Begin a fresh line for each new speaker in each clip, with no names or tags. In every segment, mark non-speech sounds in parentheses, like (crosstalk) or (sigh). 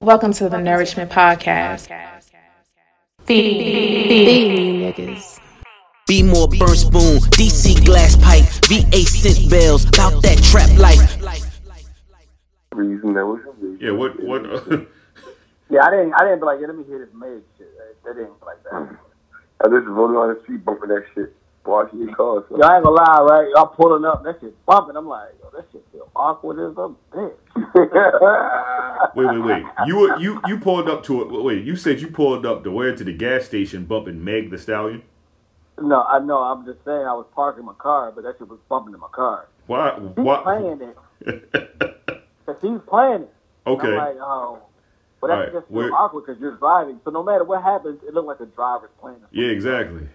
Welcome to the Nourishment Podcast. Feed me, niggas.
Be more burn spoon, DC glass pipe, VA scent bells, bout that trap life.
reason that was a reason.
Yeah, what (laughs) what
Yeah, I didn't. I didn't be like, yeah, let me hear this Meg shit. That, that didn't be like that.
I just rolling on the street bumping that shit, washing your car. (laughs)
(laughs)
So.
Yo, I ain't gonna lie, right? Y'all pulling up, that shit bumping. I'm like, yo, that shit feel awkward as a bitch.
wait, wait, wait. You were you you pulled up to it. Wait, you said you pulled up to where to the gas station bumping Meg the Stallion?
(laughs) no, I know. I'm just saying, I was parking my car, but that shit was bumping in my car.
Why
He's
why
playing it. Cause he's playing it. And
Okay.
I'm like, oh, but that
Alright,
just feels
we're-
awkward because you're driving. So no matter what happens, it looked like the driver's playing. it.
Yeah, exactly.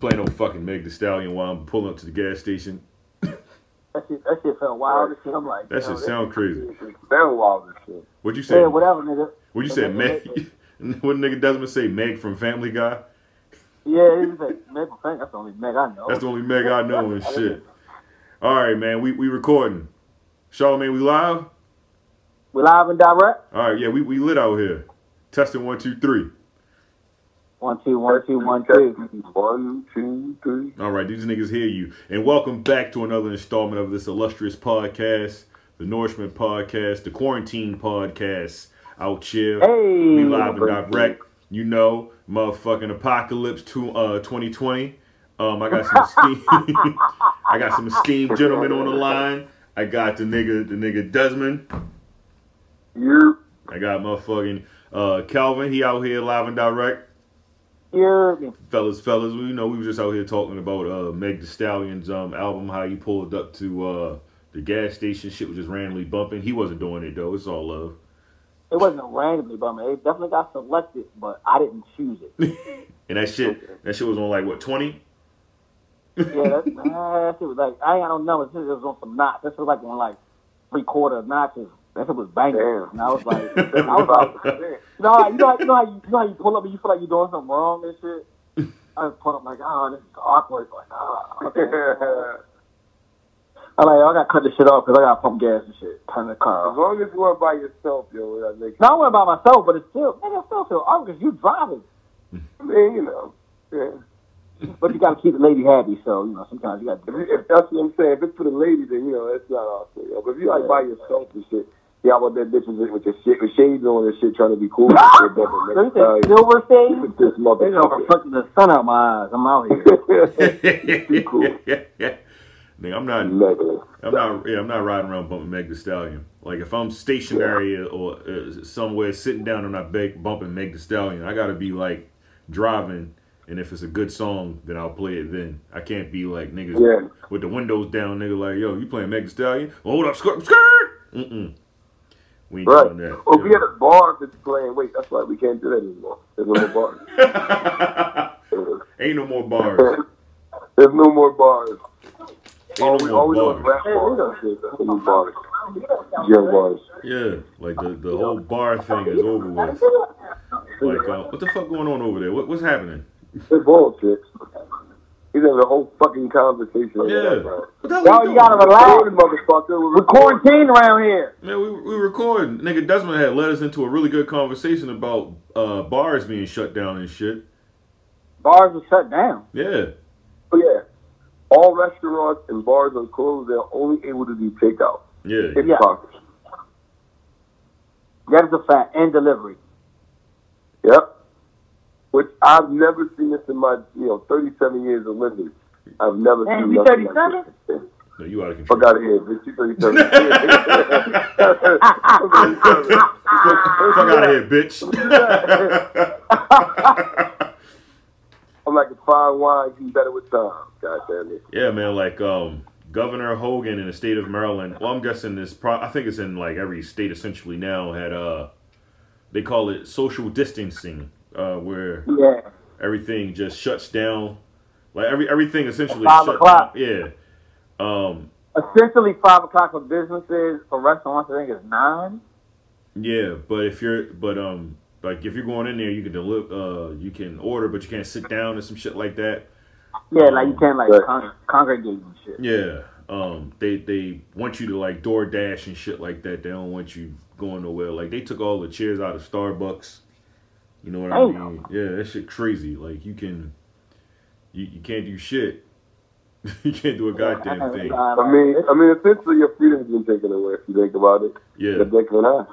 Plain old fucking Meg the Stallion while I'm pulling up to the gas station.
That shit, that shit felt wild. as shit. I'm like,
That
yo,
shit
this
sound crazy.
It's been wild as shit.
What you say?
Oh, Yeah, whatever, nigga.
What you
(laughs)
say, Meg? (laughs) What nigga Desmond say? Meg from Family Guy?
Yeah, it's like Meg. Frank, That's the only Meg I know.
That's the only Meg I know and shit. All right, man. We we recording. Charlamagne, we live.
we live and direct.
All right, yeah, we, we lit out here. Testing one, two, three.
One two one two one two.
One, two, three.
All right, these niggas hear you. And welcome back to another installment of this illustrious podcast, the Nourishment Podcast, the Quarantine Podcast. Out here,
Hey.
we live and direct. You know, motherfucking apocalypse to uh 2020. Um, I got some esteemed, (laughs) I got some esteemed gentlemen on the line. I got the nigga, the nigga Desmond.
You
I got motherfucking uh Calvin. He out here live and direct.
Hear me.
fellas, fellas, we know we was just out here talking about uh Meg the Stallion's um album, how you pulled up to uh the gas station, shit was just randomly bumping. He wasn't doing it though, it's all love.
It wasn't randomly bumming. It definitely got selected, but I didn't choose
(laughs)
it.
And that shit that shit was on like what, twenty?
Yeah, that, nah, that shit was like I ain't got no numbers. This shit was on some knots. This was like on like three quarter notches. That shit was banging.
Damn.
And I was like, I was
(laughs)
like, you know, how- you know, how- you know, how you, you know, how you pull up and you feel like you're doing something wrong and shit. I just pulled up like, oh, this is awkward. Like, oh, okay. I like, I got to cut this shit off because I got to pump gas and shit. Turn the car
as
off.
long as you weren't by yourself, yo, that makes
Now I went by myself, but it's still, nigga, it still feel awkward because you driving.
I mean, you know. Yeah.
But you gotta keep the lady happy, so you know sometimes you gotta.
If,
Do
you- if that's what I'm saying, if it's for the lady, then you know that's not our thing. Yo. But if you like by yourself and shit, yeah, about that bitch with, with your shit with shades on and shit, trying to be (laughs) cool. and shit, but the
Let me
next
say,
time,
silver
you
shades.
with this
They gonna
(laughs)
reflect the sun out my eyes. I'm out (laughs) here.
motherfucker. cool.
(laughs) Nigga, I'm not
Negative.
I'm not yeah, I'm not riding around bumping Meg the Stallion. Like if I'm stationary or uh, somewhere sitting down and I beg, bumping Meg the Stallion, I gotta be like driving. And if it's a good song, then I'll play it then. I can't be like niggas
Yeah.
with the windows down, nigga. Like yo, you playing Meg the Stallion? Hold up, skirt, skirt. Mm-mm. We ain't
Right. Oh,
doing that.
Or if
you
we
know.
had a bar if it's playing. Wait, that's why we can't do that anymore. There's no more bars.
(laughs) Ain't no more bars.
There's no more bars.
Ain't
we
no
always
more
on
bars.
rap bars. There's no bars. Jail bars.
Yeah, like the, the whole bar thing is over with. Like, uh, what the fuck going on over there? What, what's happening?
It's bullshit. He's having a whole fucking conversation. about
Yeah.
that, bro.
What the hell
Oh, Y'all,
we
you gotta
doing?
Sorry,
relax.
motherfucker. We're
We're
recording.
quarantined around here.
Man, we we recording. Nigga Desmond had led us into a really good conversation about uh, bars being shut down and shit.
Bars are shut down.
Yeah.
Oh, Yeah. All restaurants and bars are closed. They're only able to do takeout.
Yeah.
It's
Yeah.
possible.
That is a fact. And delivery.
Yep. Which I've never seen this in my you know 37 years of living. I've never
Man,
seen
you
nothing like
37?
this.
No, you out of
Fuck
control.
out of here, bitch. You
(laughs)
(laughs) 37.
Fuck out of here, bitch.
I'm like a fine wine. You better with time. God damn it.
(laughs) yeah, man. Like um, Governor Hogan in the state of Maryland. Well, I'm guessing this. Pro- I think it's in like every state essentially now. Had uh, they call it social distancing, uh, where
Yeah.
everything just shuts down. Like every everything essentially.
Five
shut
o'clock.
Down. Yeah. Um,
Essentially, five o'clock for businesses. For restaurants, I think it's nine.
Yeah, but if you're but um like if you're going in there, you can deliver uh you can order, but you can't sit down and some shit like that.
Yeah, like you can't like
Right.
con- congregate and shit.
Yeah, um, they they want you to like DoorDash and shit like that. They don't want you going nowhere. Like they took all the chairs out of Starbucks. You know what I mean? Yeah, that shit crazy. Like you can, you, you can't do shit. (laughs) you can't do a goddamn thing.
I mean, I mean, essentially, your freedom's been taken away if you think about it.
Yeah.
The dick and I.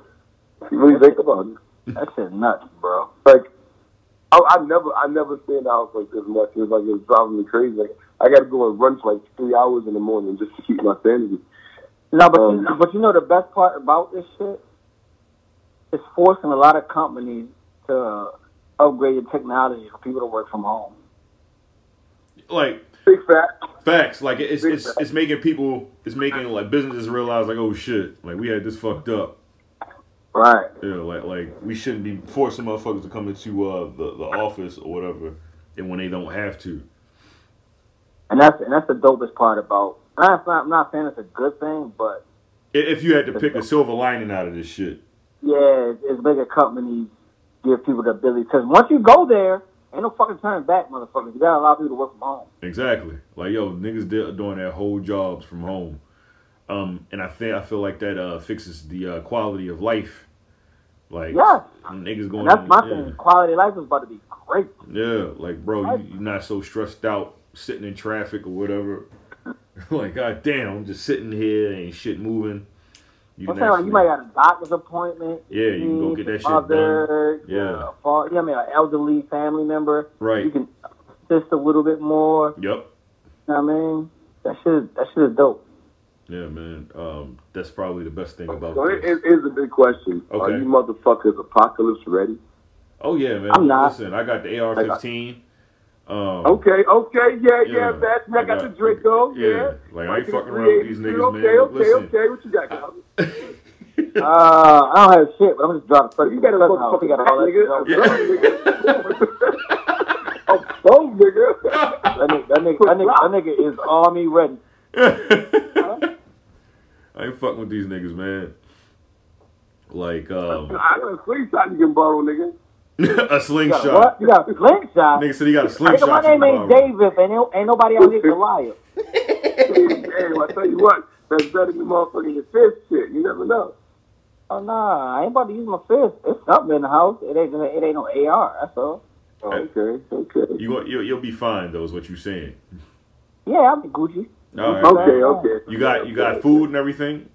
If you really think about it.
That shit nuts, bro.
Like, I, I never, I never stay in the house like this much. It was like it was driving me crazy. Like, I got to go and run for like three hours in the morning just to keep my sanity.
No, but you
Um,
know, but you know the best part about this shit, it's forcing a lot of companies to upgrade your technology for people to work from home.
Like
Big fat.
facts. Like it's it's it's making people it's making like businesses realize like oh shit like we had this fucked up.
Right.
Yeah, like like we shouldn't be forcing motherfuckers to come into uh the, the office or whatever, and when they don't have to.
And that's and that's the dopest part about. And that's not, I'm not saying it's a good thing, but
I- If you had to pick a silver lining out of this shit,
yeah, it's, it's bigger companies give people the ability because once you go there, ain't no fucking turning back, motherfuckers. You gotta allow people to work from home.
exactly. Like yo, niggas did, doing their whole jobs from home, um, and I think I feel like that uh fixes the uh, quality of life. Like
Yeah.
niggas going.
And that's my
yeah.
thing. Quality of life is about to be great.
Yeah, like bro, you, you're not so stressed out sitting in traffic or whatever. (laughs) like god damn, I'm just sitting here and shit moving. You
I'm saying like, you might have a doctor's appointment.
Yeah, you can go
need
get that shit
mother,
done. Yeah.
uh, fa- yeah, I mean, an elderly family member.
Right.
You can assist a little bit more.
Yep.
You know what I mean? That shit, is- that shit is dope.
Yeah, man. Um, that's probably the best thing about
So it,
this.
it is a big question. Are
Okay.
you motherfuckers apocalypse ready?
Oh yeah, man.
I'm not.
Listen, I got the AR-15. Um,
Okay, okay, yeah, yeah,
Yeah,
that's I
I
got,
got-
the Draco,
yeah,
yeah.
like, I ain't
Like,
fucking around with these
yeah,
niggas,
okay,
man.
Okay,
Listen.
okay, okay, what you got, Calvin?
Uh, I don't have shit, but I'm just driving. Fuck,
You got a motherfucking
got
got
all that shit.
nigga.
on.
Yeah.
(laughs)
A phone, nigga.
That nigga, that nigga, that nigga, that nigga is army ready.
(laughs) I ain't fucking with these niggas, man. Like um,
I got a slingshot you can borrow, nigga.
(laughs) a slingshot.
What? You got a slingshot?
Nigga said he got a slingshot.
Nigga, my
you
name
can
ain't
borrow.
Davis, and ain't, ain't nobody out here Goliath.
Damn, I tell you what, that's better than motherfucking your fist shit. You never know.
Oh nah, I ain't about to use my fist. It's something in the house. It ain't, it ain't no AR. That's all.
Oh, okay, okay.
You gon- you'll, you'll be fine though. Is what you saying?
Yeah, I'm Gucci.
All right.
Okay, okay.
You got you got food and everything.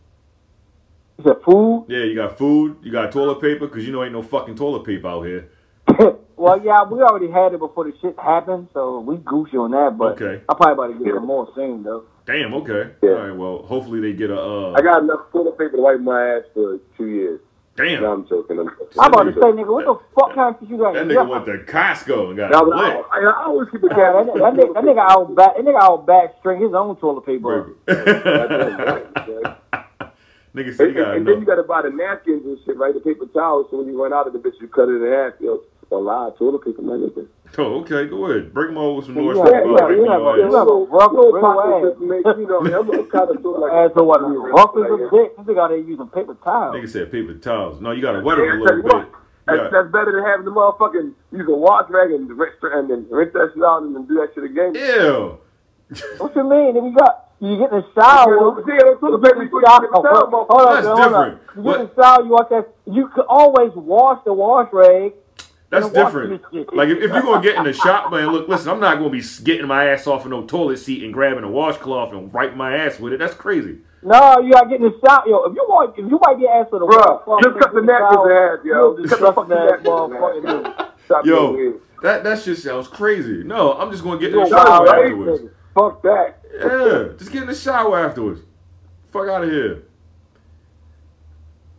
Is it food?
Yeah, you got food. You got toilet paper because you know ain't no fucking toilet paper out here.
(laughs) well, yeah, we already had it before the shit happened, so we Gucci on that. But
Okay.
I'm probably about to get some more soon, though.
Damn. Okay.
Yeah.
All right. Well, hopefully they get a. Uh,
I got enough toilet paper to wipe my ass for two years.
damn.
No, I'm joking. I'm joking.
I'm about to say, nigga, what the fuck kind of shit you got?
that
in
nigga
your
went
house?
to Costco and got
Now, but I,
lit.
I, I always keep a
Yeah, that,
cat.
that, nigga, that nigga
(laughs)
out back, that nigga out back string his own toilet paper. up.
(laughs) nigga said
And,
he got
and then you
enough.
got to buy the napkins and shit, right? The paper towels. So when you run out of the bitch, you cut it in half. Yo, a lie, toilet paper, man. Listen.
Oh, okay. Go ahead. Bring him over with some North
Yeah,
Star
yeah,
Bud,
yeah,
right in your
yeah,
ass.
yeah. rough,
little
real
pockets
ass.
that make, you know, I'm gonna kind (laughs) of sort of like
Asshole, what? Rough as a bitch. This nigga out there using paper towels.
Nigga said paper towels. No, you got to wet
Yeah,
him a little
that's-
bit. You
That's,
gotta-
that's better than having the motherfucking you can wash rag and rinse and then rinse that shit out and then do that shit again.
Ew.
What you mean? Nigga, you got you get in the shower.
Yeah, that's toilet paper. You put
Stop.
the
Hold
towel,
on,
motherfucker.
hold on,
That's
hold on.
different.
You
What-
get the shower, you watch that. You could always wash the wash rag.
That's
Gonna wash
different.
this shit.
Like if, if you're gonna get in the shop, man, look, listen, I'm not gonna be s- getting my ass off of no toilet seat and grabbing a washcloth and wiping my ass with it. That's crazy.
No, you gotta get in the shower, yo. If you want, if you might get asked for the
Bruh,
wash,
just cut the napkins in half, yo.
You
Just cut the fucking
disgusting-ass
napkins in half.
motherfucker, dude.
Stop being
Yo,
weird.
that that shit sounds crazy. No, I'm just gonna get in the
You're
shower
wild, right?
afterwards.
Fuck that.
Yeah, just get in the shower afterwards. Fuck out of here.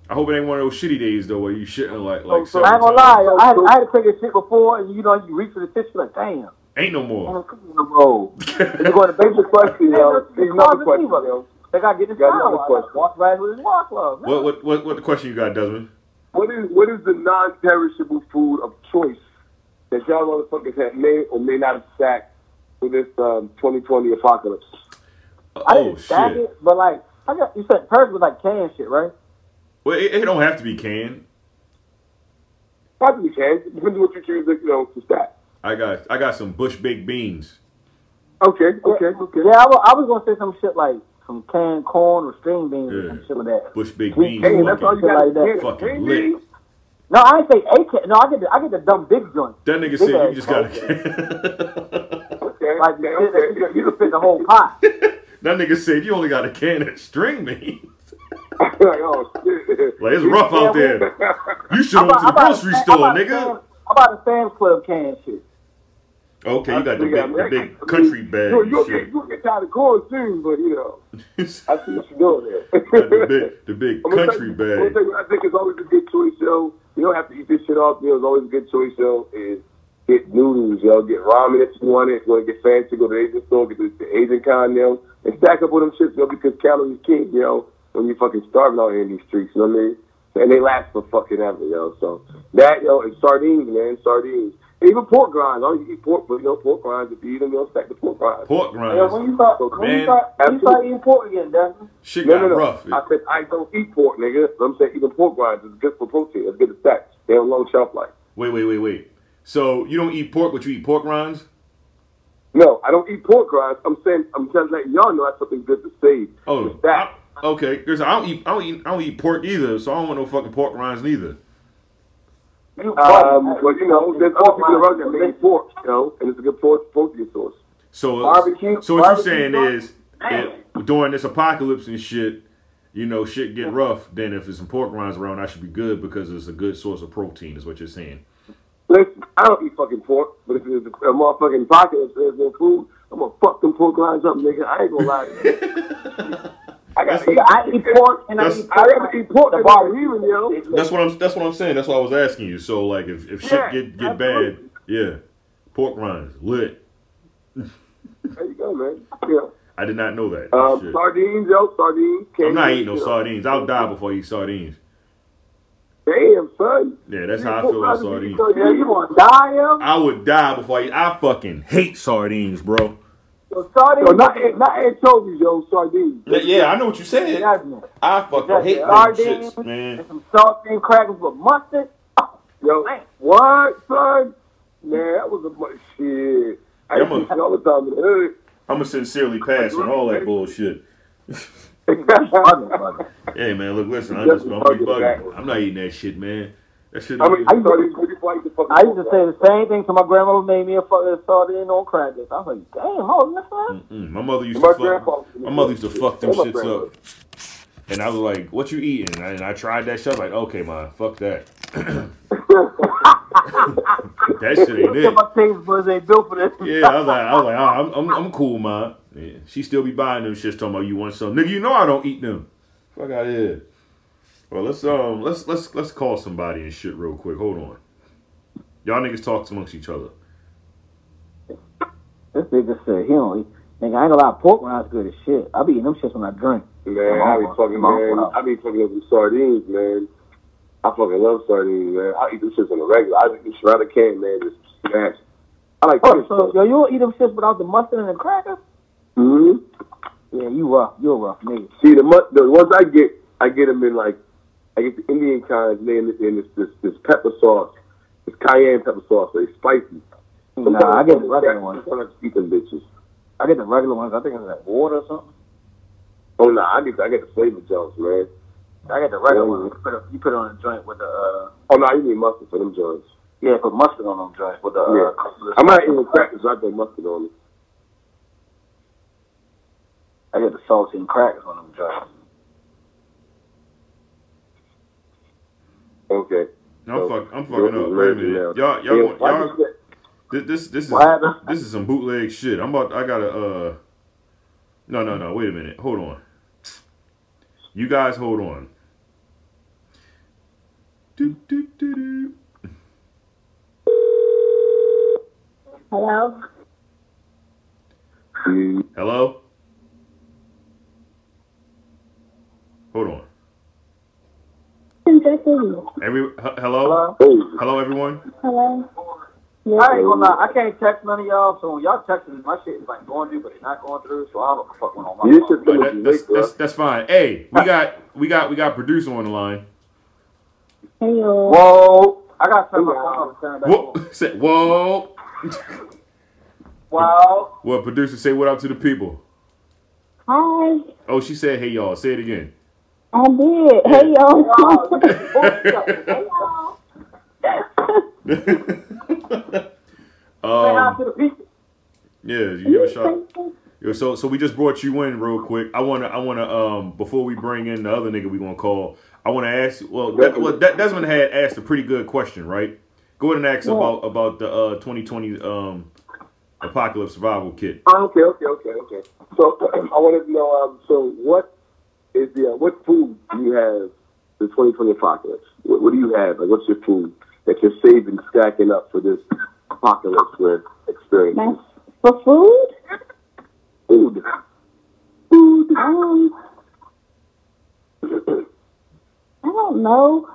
I hope it ain't one of those shitty days though where you shitting like like
so-
I ain't gonna
several
lie,
times.
yo. I had, I had to take a shit before, and you know, you reach for the tissue, like, damn,
Ain't no
I'm
more.
Oh, on
(laughs)
the road.
You going to basic (laughs) question, yo. Here's another question, yo.
They gotta get in the
Got another
shower. I gotta
question.
Wash rag with his wash glove.
What what what what the question you got, Desmond?
What is what is the non-perishable food of choice that y'all motherfuckers have may or may not have stacked for this um, 2020 apocalypse?
I
Oh
didn't stack
shit.
it, but like, I got you said purse was like canned shit, right?
Well, it, it don't have to be canned.
Probably can. Depends on what you choose, to, you know, to stack.
I got I got some bush baked beans.
Okay, okay, okay.
Yeah, I was, I was gonna say some shit like some some canned corn or string beans or
Yeah.
some shit like that.
Bush Big Beans.
Sweet beans,
Hey,
Fucking,
that's all you
Fucking-
got.
like that.
fucking lit.
No, I ain't say a can. No, I get the I get the dumb big joint.
That nigga said you just got a
Okay,
Like the
okay,
shit that
okay.
you, can- you can fit the whole
(laughs)
pot.
(laughs) That nigga said you only got a can of string beans.
(laughs) like, oh, shit.
Like it's rough
(laughs)
out there. (laughs) You should have went to
I
the
bought a
grocery
Sam- I
store,
bought a
nigga.
Sam- I bought a Sam's Club can shit.
Okay, you got the
Yeah,
big, the
man.
big country bag
You,
and
you,
shit.
Get, you get tired of corn soon, but you know,
the
I see what you're doing there. (laughs)
big, the big
I'm gonna tell
country
you- I'm gonna
bag.
tell you what I think is always a good choice, yo. You don't have to eat this shit off. Yo, it's always a good choice, yo. Is get noodles, yo. Get ramen if you want it. Go get fancy. Go to the Asian store. Get the, the Asian kind, yo. And stack up with them shits, yo, because calories king, yo. When you fucking starving out here in these streets, you know what I mean? And they last for fucking ever, yo. So that, yo, and sardines, man, sardines. Even pork rinds. I don't eat pork, but you know, pork rinds. If you eat them, you'll stack the pork rinds.
(laughs) Pork
Yeah, when
rinds.
you start, when
Man.
you start, when you start
Absolutely.
eating pork again, Dustin.
Shit
No, no,
got
no.
rough.
I said I don't eat pork, nigga. I'm saying even pork rinds is good for protein. It's good for fat. They have a long shelf life.
Wait, wait, wait, wait. So you don't eat pork, but you eat pork rinds?
No, I don't eat pork rinds. I'm saying I'm just letting y'all know that's something good to save.
Oh,
It's that.
I- okay. Because I don't eat, I don't eat, I don't eat pork either. So I don't want no fucking pork rinds neither.
You
Um, but you know, there's other people around that make pork, you know, and it's a good pork protein source.
So
Barbecue-
So what you're
barbecue
saying
sauce?
is, it, during this apocalypse and shit, you know, shit get rough. Then if there's some pork rinds around, I should be good because it's a good source of protein. Is what you're saying.
Listen, I don't eat fucking pork, but if there's a motherfucking pocket if there's no food, I'm gonna fuck them pork rinds up, nigga. I ain't gonna lie. To
(laughs)
you. I gotta eat.
I eat pork and I
That's-
eat
I
pork.
gotta eat pork.
The
The
barbecue.
barbecue, yo.
That's what I'm. That's what I'm saying. That's why I was asking you. So like, if, if shit
Yeah,
get get
absolutely.
bad, yeah, pork rinds lit.
There you go, man. Yeah.
I did not know that.
Um,
Shit.
sardines, yo, sardines.
I'm not eating no
sardines.
sardines. I'll die before I eat sardines.
Damn, son.
Yeah, that's how I feel about sardines.
Yeah, you gonna die, yo?
I would die before I eat. I fucking hate sardines, bro.
So sardines,
Yo, not eh, not anchovies, yo, sardines.
Yeah, yeah, I know what you said.
Jasmine.
I fucking hate them
sardines
shits, man.
and some saltine crackers with mustard. Oh,
Yo,
Man.
what, son? Man, that was a mu- shit. I
Yeah,
used
I'm a-
to see all the time in the hood. (laughs)
I'm gonna sincerely pass on all that bullshit. Hey man, look, listen, I'm just I'm gonna be bugging. I'm not eating that shit, man. That shit.
I mean,
I,
I started before I used to fucking.
I used to say the same thing to my grandmother. Made me a fucking sardine on crackers. I was like, damn, hold on, man.
mm, my mother used
My
to
grandpa
fuck.
used to
My
do
mother
that
used to
shit.
fuck them
And my
shits up. And I was like, "What you eating?" And I, and I tried that shit. I was like, "Okay, man,
(laughs)
fuck that. (laughs) that shit ain't
Yeah,
it."
my taste buds ain't built for this.
Yeah, I was like, I was like, oh, I'm, I'm, I'm cool, man. Yeah. She still be buying them shits. Talking about you want some, nigga. You know I don't eat them. Fuck out here. Well, let's um, let's let's let's call somebody and shit real quick. Hold on. Y'all niggas talk amongst each other.
(laughs) This nigga said he don't eat. Nigga, I ain't gonna lie, pork rinds good as shit. I be eating them shits when I drink.
Man, I be fucking man. I be fucking up with sardines, man. I fucking love sardines, man. I eat them shits on the regular. I eat them shit out of the can, man. Just smash. I like
Oh,
fish.
so yo, you don't eat them shits without the mustard and the crackers?
hmm
Yeah, you rough. You're a rough nigga.
See the mu- the ones I get, I get them in like I get the Indian kinds, and they in, in this, this this pepper sauce, this cayenne pepper sauce. They spicy. Sometimes
Nah, I get the regular
sometimes
ones.
Sometimes I eat them bitches.
I get the regular ones. I think it's like water or something.
Oh no, I get I get the flavor jumps, man.
I get the regular
Yeah.
ones. You put, it, you put it on a joint with the uh,
Oh no, you need mustard for them joints.
yeah, put mustard on them joints with the uh,
Yeah. I'm not eating crackers. I put mustard on it.
I get the salty and crackers on them joints.
Okay.
I'm
So,
fuck, I'm
you're
fucking up. Wait a
lazy now.
minute. Y'all, y'all,
Yeah,
want-
why
y'all,
you said-
thi- this this is
What happened?
this is some bootleg shit. I'm about. I gotta. Uh, no, no, no. Wait a minute. Hold on. You guys, hold on. Doop, doop, doop, doop.
Hello?
Mm,
Hello? Hold on.
I'm just in.
Every he- hello?
Hello?
hey,
Hello everyone?
Hello?
I ain't gonna lie, I can't text none of y'all, so when y'all text me, my shit is like going through, but it's not going through, so I don't know what the fuck went on my
You
phone.
should-
Oh, that- that's, that's that's fine. Hey, we got we got we got producer on the line.
Hey, yo.
Whoa! I gotta turn my phone off and turn it back
Whoa
on.
(laughs) said whoa.
Wow!
Well producer say what up to the people.
Hi.
Oh, she said, "Hey y'all." Say it again.
I did. Hey, y'all. (laughs)
(laughs) Um, yeah, you give a shot. Yo, so so we just brought you in real quick. I wanna I wanna um before we bring in the other nigga we gonna call. I wanna ask. Well, De- well, De- Desmond had asked a pretty good question, right? Go ahead and ask about about the uh 2020 um apocalypse survival kit.
Oh, Okay, okay, okay, okay. So (clears throat) I wanted to know. Um, so what is the uh, what food do you have for the 2020 apocalypse? What, what do you have? Like, what's your food that you're saving, stacking up for this apocalypse we're experiencing?
For food?
Food.
Food. Um, I don't know.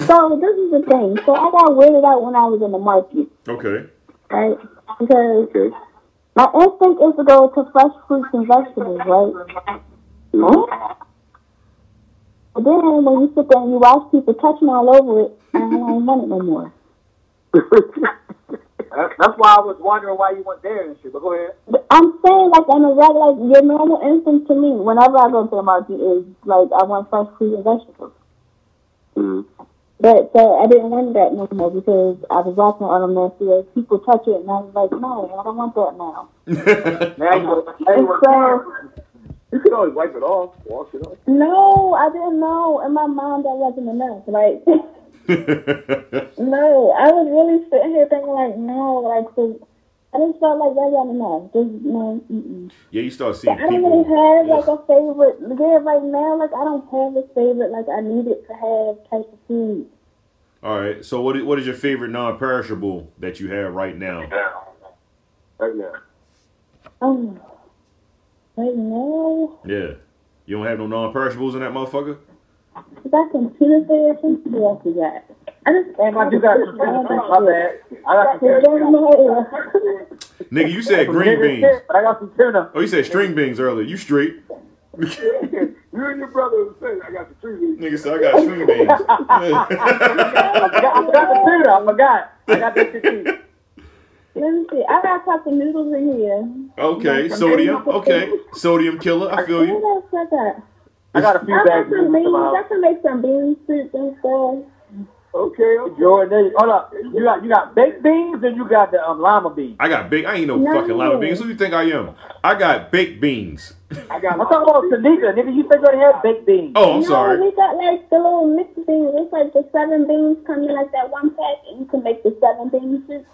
So this is the thing. So I got weirded out when I was in the market,
Okay.
right? Because
Okay.
my instinct is to go to fresh fruits and vegetables, right? But then when you sit there and you watch people touching all over it, I don't want it no more.
That- That's why I was wondering why you went there and shit. But go ahead.
But I'm saying like on a regular, like your normal instinct to me whenever I go to the market is like I want fresh fruit and vegetables.
Mhm.
But so I didn't want that no more because I was watching all them nasty ass people touch it and I was like, no, I don't want that now.
Now you were- now you
And
were-
so
uh,
You can always wipe it off, wash it off.
no, I didn't know. In my mind, that wasn't enough. Like (laughs) no, I was really sitting here thinking like no, like so I just felt like that wasn't enough. Just no. Mm-mm.
(laughs) yeah, you start
Yeah,
seeing
I don't really
people.
have like a favorite. Yeah, right now, like I don't have a favorite. Like I needed to have type of food.
All right. So what i- what is your favorite non-perishable that you have right now?
Right now.
Oh, right now,
Yeah. You don't have no non-perishables in that motherfucker?
if I can tuna fish, what else we got? I just
Damn, I just got confused. My bad. I got
It's
confused.
down my head.
Nigga, you
(laughs)
said green
Nigga,
beans.
shit, but I got some tuna.
Oh, you said string beans earlier. You straight. (laughs)
You and your brother was saying, I got the tree.
Nigga said I got string beans.
I forgot, I forgot the tuna. I forgot. I got that shit too.
(laughs) Let me see. I got a cup of noodles in here.
(laughs) okay, sodium. Okay, sodium killer. I feel you.
What else I got?
I got a few
I
bags
got some
of tuna. in
beans.
my
I
house.
can make some bean soup and stuff.
Okay, okay.
Jordan, there you- hold up. You got you got baked beans and you got the um, lima beans.
I got big. I ain't no
No.
fucking lima beans. Who you think I am? I got baked beans. (laughs)
I got
I'm talking about Tanika, nigga. You think I had baked beans?
Oh, I'm
no,
sorry.
we got like the little mixed beans. It's like the seven beans come in like that one pack, and you can make the seven beans soup.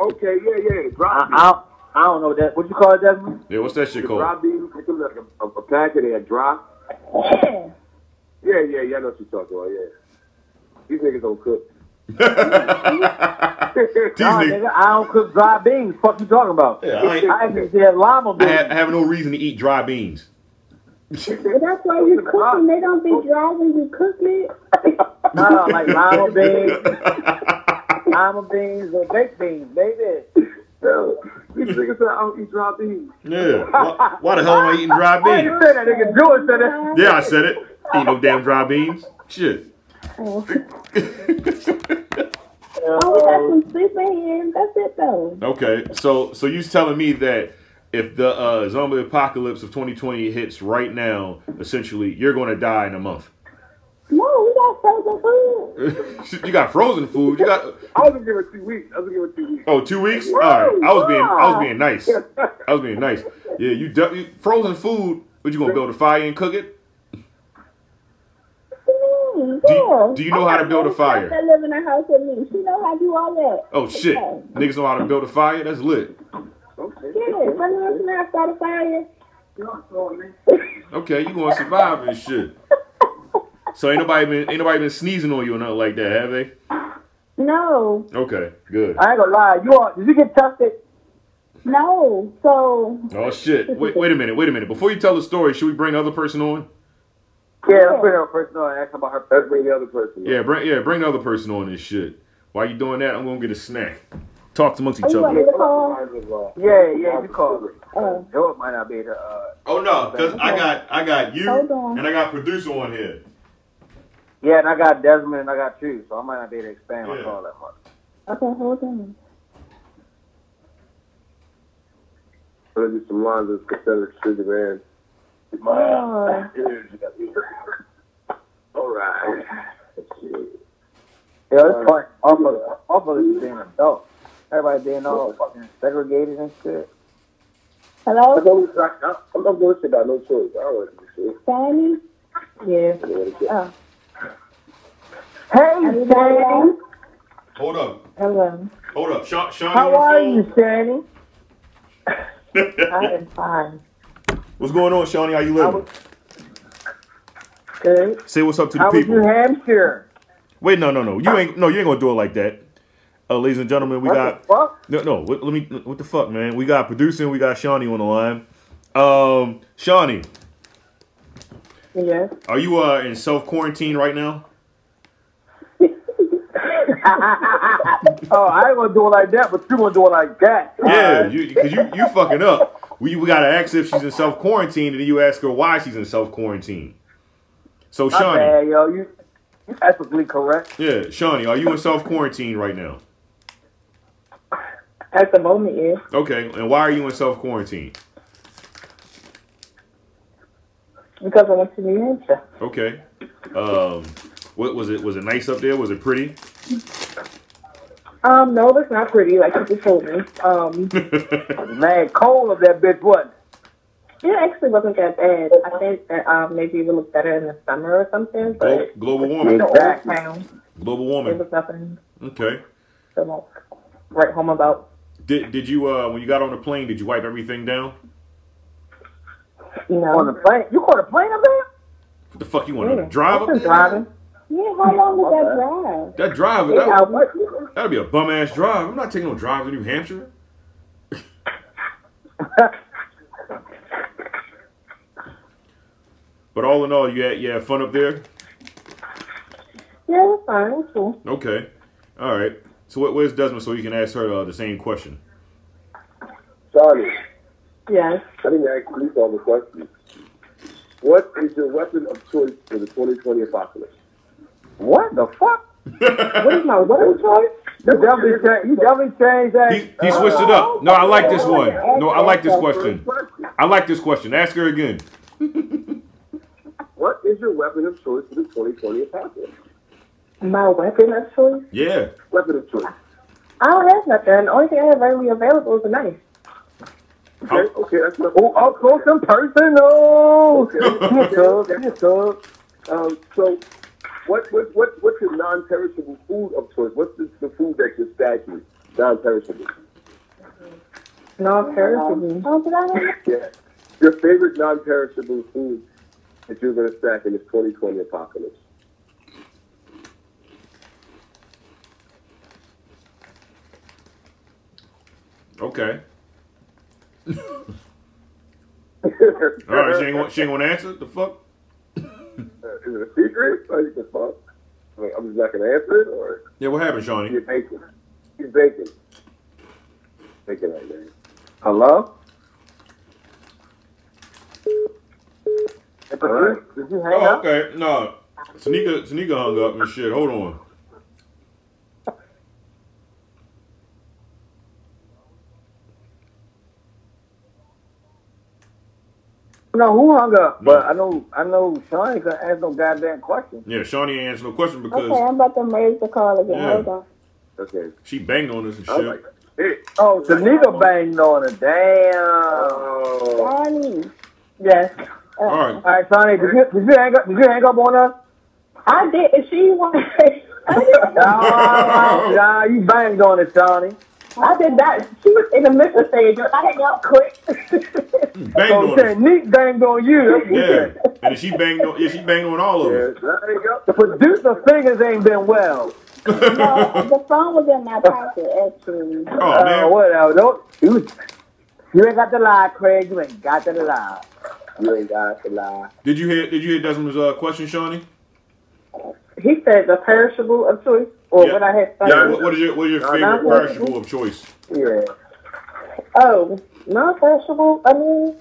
Okay, yeah, yeah. Dry
I, I, don't, I don't know that. What you call it, Desmond?
Yeah, what's that shit
beans. Dry
(laughs) called?
beans. Take them like a, a, a packet and a dry.
Yeah.
Yeah, yeah, yeah. I know what you're talking about, yeah. These niggas don't cook.
These
Nah,
niggas.
nigga, I don't cook dry beans. Fuck you talking about?
Yeah, I, ain't,
I actually said lima
I,
beans.
have, I have no reason to eat dry (laughs) beans.
But that's why you cook them. They don't be dry when you cook it.
Nah, like lima beans, lima beans, or baked beans, baby.
No. These niggas said, I don't eat dry beans.
Yeah. Why, why the hell am I eating dry
Hey, you
beans?
said that nigga Jordan said that.
Yeah, I said it. Ain't no damn dry beans. Shit.
Oh, we got some soup in here. That's it though.
Okay, so so you telling me that if the uh, zombie apocalypse of 2020 hits right now, essentially you're going to die in a month. (laughs)
No, we got frozen food.
you got frozen food. You got
I was gonna give it two weeks. I was gonna give it two weeks.
oh two weeks. All right, I was being I was being nice. I was being nice. Yeah, you, de- you frozen food. What you gonna build a fire and cook it?
Mm,
Do you-
yeah.
do you know how to
I got
build a
my
fire?
sister That live in the house with me. She know how to do all that.
Oh shit, niggas know how to build a fire. That's lit.
Yeah, my little snap start a fire.
Okay, you gonna survive and shit. So ain't nobody been ain't nobody been sneezing on you or nothing like that, have they?
No,
Okay, good.
I ain't gonna lie. You are, did you get tested?
no. So
Oh shit! Wait, wait a minute. Wait a minute. Before you tell the story, should we bring the other person on?
Yeah, let's put her on first. No, ask about her.
Let's bring the other person.
Yeah, bring yeah, bring the other person on this shit. While you doing that, I'm gonna get a snack. Talk amongst
Oh,
each
you
other.
want- Call.
Yeah, yeah, you call her.
uh,
Jordan might not be the. Uh,
Oh no, cause I got I got you
Hold on.
and I got producer on here.
yeah, and I got Desmond and I got you, so I might not be able to expand my
Yeah.
call that much.
okay, hold on.
Let's do some lines of Confederate Sugar Man.
Uh,
Lord.
All right.
Yeah, it's like all brothers, all brothers being adults. Everybody being all fucking segregated and shit.
I'm
Hello,
not gonna- I'm not going to sit down, no choice. I don't want to do shit.
Sammy? Yeah.
I don't wanna do shit.
Oh, are
Hey,
you there?
Hold up.
Hello.
Hold up. Sean, Sean
how are you, Shani?
(laughs)
I am fine.
What's going on, Shawnee? How you living?
Good.
Say what's up to the
How was New
people.
Hampshire?
Wait, no, no, no. You ain't no, you ain't gonna do it like that. Uh, ladies and gentlemen, we
What
got
the fuck?
No, no. What, let me. What the fuck, man? We got producing. We got Shawnee on the line. Um, Shawnee,
Yes.
are you uh in self quarantine right now?
Oh, I ain't gonna do it like that, but you gonna do it like that.
Yeah, you because you you fucking up. We we gotta ask if she's in self quarantine, and then you ask her why she's in self quarantine. So
My
Shawnee,
bad, yo. You, you ethically correct.
yeah, Shawnee, are you in self quarantine right now?
At the moment, yes.
Okay, and why are you in self quarantine?
Because I went to New Hampshire.
Okay, um, what was it? Was it nice up there? Was it pretty? (laughs)
Um, no, that's not pretty, like you just told me. Um,
Man, cold of that bitch wasn't.
it actually wasn't that bad. I think that um, maybe it would look better in the summer or something,
Glo-
but
global
in
warming.
the old
Exactly.
town,
Global
there
warming.
was nothing
Okay.
to like, write home about.
Did, did you uh when you got on the plane did you wipe everything down?
You
On the
know,
plane, you caught a plane up there?
What the fuck you want to
Yeah,
drive up?
I'm
there?
driving.
Yeah, how long was that drive?
That drive
Eight
that
hours.
that'd be a bum ass drive. I'm not taking no drive to New Hampshire. but all in all, you had you had fun up there.
Yeah, it was fine. It was cool.
Okay, all right. So what, where's Desmond? So you can ask her uh, the same question. (laughs)
Sorry.
Yes.
I didn't ask police all the questions. What is your weapon of choice for the 2020 apocalypse?
What the fuck?
What is my weather choice?
You definitely, cha- you definitely changed that.
He, he switched it up. No, I like this one. No, I like this question. I like this question. Ask her again.
What is your weapon of choice for the 2020 apocalypse?
My weapon of choice?
Yeah.
Weapon of choice.
I don't have nothing. The only thing I have readily available is a knife.
Okay, okay, that's my
Oh, up close and personal.
Okay.
Yes, sir. Yes, sir.
Um, so, what, what, what, what's your non-perishable food of choice? What's the, the food that you're stashing? Non-perishable.
No perishable.
Oh, did I have
Yeah. Your favorite non-perishable food that you're going to stack in this 2020 apocalypse?
Okay.
All
All right. She ain't, gonna- she ain't gonna answer. The fuck.
Is it a secret? Like, the fuck? Like, I'm just not going to answer it, or
Yeah. What happened, Shawnee?
you're baking? You're baking. Baking right now.
Hello? Did
All right.
you hang
Oh,
up?
okay. No. Tanika, Tanika hung up and shit. Hold on.
No, who hung up? But I know, I know, Sean ain't gonna ask no goddamn question.
Yeah, Shawnee ain't answer no question because
Okay, I'm about to merge the call again.
Yeah.
Hold on.
Okay.
she banged on us and
I
shit.
was like, hey. uh,
Oh, the nigga banged on it. Damn.
Oh.
Bonnie. Uh,
Yes.
All right.
All right, Sonny, did you, did you hang up? Did you hang up on us?
I did. If she wanted, (laughs) I did,
(laughs) Nah, nah, you banged on it, Sonny.
I did that. She was in the middle of saying, "I hang up quick." (laughs) I
Banged
So I'm
on us.
saying Oh, Nick banged on you. That's what we
Yeah.
said.
And then she banged on yeah, she banged on all of
Yeah,
(laughs) us.
there you go.
The producer fingers ain't been well.
no, the phone was in my pocket actually.
Oh
Uh,
man.
whatever. Don't you, you ain't got the lie, Craig. You ain't got the lie.
You ain't got to lie.
Did you hear did you hear Desmond's uh, question, Shawnee?
He said the perishable of choice, or
Yeah.
what I had found.
Yeah, what, what is your what is your favorite
no.
perishable of choice?
Yeah.
Oh, non perishable? I mean,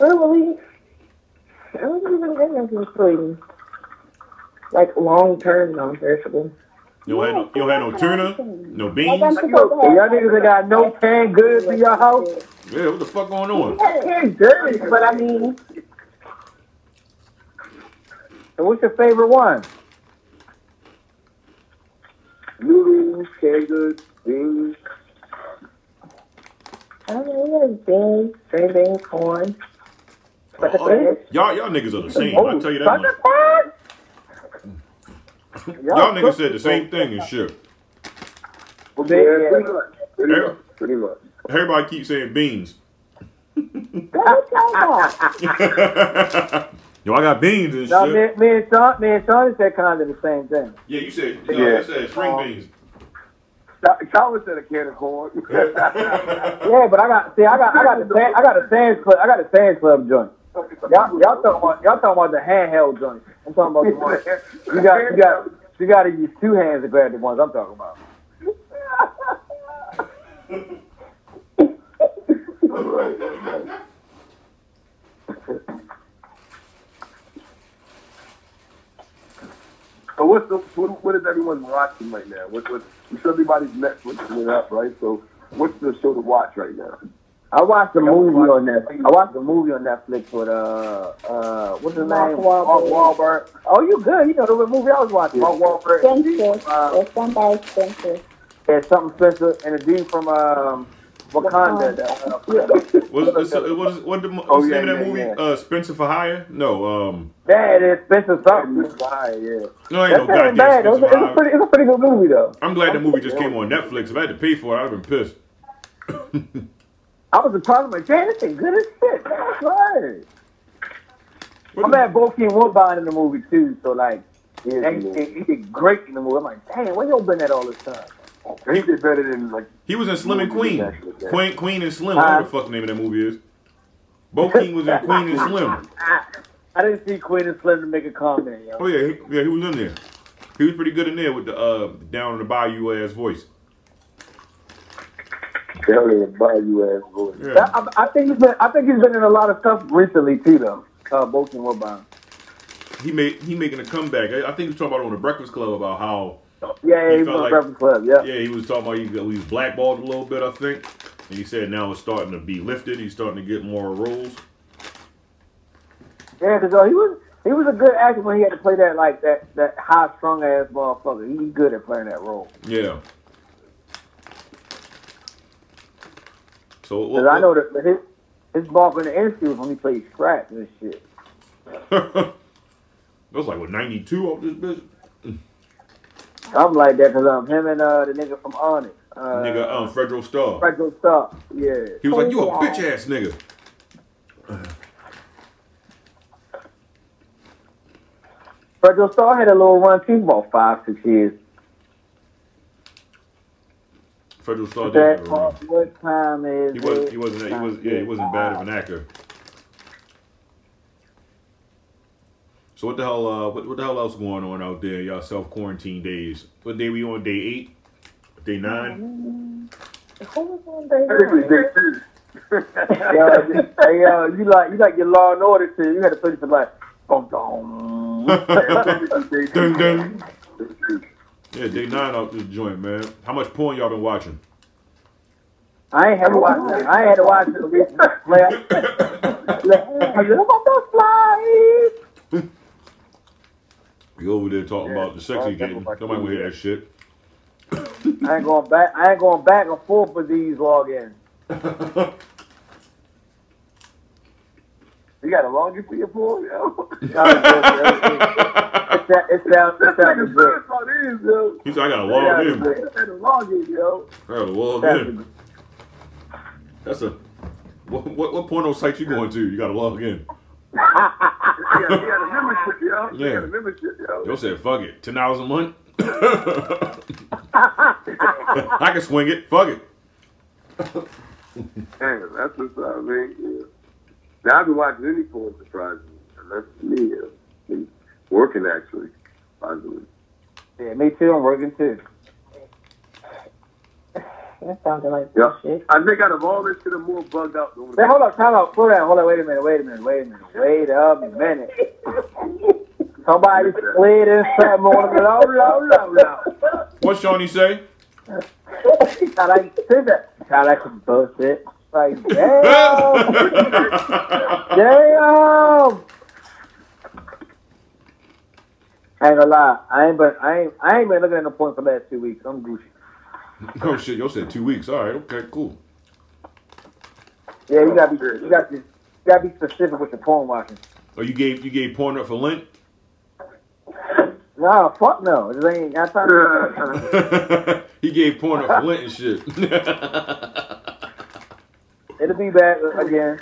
really? I don't even think I'm including like long term non perishable.
You don't have no you don't have no tuna, no beans?
I'm
Yo,
supposed to have.
y'all niggas ain't got no canned goods in your house.
(laughs)
Yeah, what the fuck going on?
That's dirty, but I mean,
So what's your favorite one?
Noodles, canned goods, beans.
I don't know, beans, string beans, corn. But the
Oh,
fish.
y'all, y'all niggas are the same. I tell you that
Sucker
much.
punch!
Y'all niggas said the same thing and shit.
Yeah,
pretty much. Pretty much. Pretty much.
Everybody keeps saying beans. (laughs)
Ah,
Yo, I got beans and
No, Uh, me,
shit.
me and Sean, me and Sean said kind of the same thing.
Yeah, you said, yeah,
Yeah.
I said string beans.
Charlotte said a can of
(laughs)
corn.
Yeah, but I got see, I got, I got the, fan- I got the fans club, I got the fans club joint. Y'all, y'all talking about, y'all talking about the handheld joint. I'm talking about the one you got, you got, you got to use two hands to grab the ones I'm talking about.
So what's the, what, what is everyone watching right now? What, what, I'm sure everybody's Netflix it up, right? So what's the show to watch right now?
I watched a movie on Netflix. I watched a movie on Netflix with uh uh what's his
Mark
name?
Wahlberg.
Mark Wahlberg. Oh, you good? You know the movie I was watching. Mark Wahlberg. and the dude
Spencer.
from, uh,
It's somebody Spencer.
and something Spencer and the dude from um Wakanda. that, (laughs) uh,
What's, what's, what's, what the, what's
Oh,
the
yeah,
name of
yeah,
that movie?
yeah.
Uh, Spencer for Hire? No, um,
that is Spencer something.
yeah.
no, ain't
That's
no goddamn
not bad. It
Spencer for
was, it was
Hire.
pretty, it was a pretty good movie though.
I'm glad that movie just came on Netflix. If I had to pay for it, I'd have been pissed.
I was surprised. I'm like, damn, this thing good as shit. That's right.
What
I'm
the-
at Bokeem Woodbine in the movie too, so like,
yeah.
that- he did, he did great in the movie. I'm like, damn, where you been at all this time?
He did better than like
He was in Slim and Queen. Queen, Queen and Slim.
Huh?
Whatever the fuck the name of that movie is. Bo King was in Queen and Slim.
I didn't see Queen and Slim to make a comment, yo.
Oh yeah, he, yeah, he was in there. He was pretty good in there with the uh, down in the bayou ass voice.
Barry and Bayou ass boy.
Yeah.
I, I- I think he's been. I think he's been in a lot of stuff recently too, though. Uh, Bokeem Woodbine.
He made he making a comeback. I, I think he was talking about it on the Breakfast Club about how
Yeah,
He
he
felt
was on
like-
Breakfast Club. Yeah.
yeah he was talking about he, got- he was blackballed a little bit. I think. And he said now it's starting to be lifted. He's starting to get more roles.
Yeah, because he was he was a good actor when he had to play that like that that high strung ass motherfucker. He was good at playing that role.
Yeah. So what-
Because I know that that his his ball in the industry was when he played Scraps and shit.
(laughs) that was like what ninety two of this bitch.
I'm like that because um him and uh the nigga from Onyx, uh,
Nigga, um, Fredro Starr.
Franco Star. Yeah,
He was like, "You a
Crazy
bitch ass nigga."
Franco Star had a little run too, about five six years.
Fredro Starr did
That
have a run.
what time is
He was
it?
he wasn't he was yeah he wasn't bad of an actor. So what the hell uh what, what the hell else going on out there y'all self quarantine days? What day we on? Day eight, day nine. (laughs)
Who was on day
This
one?
is Dick Too.
yo, hey, yo, you like you like your Law and Order too. You had to put it for like, boom, boom.
Dun, dun. Yeah, day nine out this joint, man. How much porn y'all been watching? (coughs)
I ain't had to watch that. I ain't had to
(laughs)
watch it. Like, like, look at those flies.
You over there talking about the sexy
I'll never
game.
watch
Nobody want to hear that shit.
I ain't going back. I ain't going back and forth with these logins.
You got a laundry for your boy, yo.
It sounds good. It sounds it sounds good.
That's all it is, yo.
(laughs) He said, I got to log in. I
That's a laundry, yo.
got to log in. That's a. What, what, what porno site you going to? You got to log in.
You got, you got a membership, yo. You
Yeah.
got a membership, yo.
Yo said, fuck it. $10 a month? (laughs) I can swing it. Fuck it.
Damn, that's what's up, man. Yeah. Now, I've been watching any porn, surprisingly. And that's me, yo. Me Working, actually. Surprisingly.
Yeah, me too. I'm working too.
That sounded like
Yeah.
(laughs) bullshit.
I think out of all this shit, I'm more bugged out than when
Say, hold up, time out, slow down, hold up, wait a minute, wait a minute, wait a minute, wait a minute. Somebody slid in something on me, low, low, low, low.
What Shawnee say?
Sound like sit that. Sound like some bullshit. Like, damn,
Oh,
damn. I ain't gonna lie. I ain't been I ain't I ain't been looking at the point for the last two weeks. I'm Gucci.
Oh shit, yo said two weeks. All right, okay, cool.
Yeah, you gotta be you gotta be, you gotta be specific with your porn watching.
Oh, you gave you gave porn up for Lent? (laughs)
No, fuck no. This ain't I thought
he gave porn up for Lent and shit. (laughs)
it'll be back again.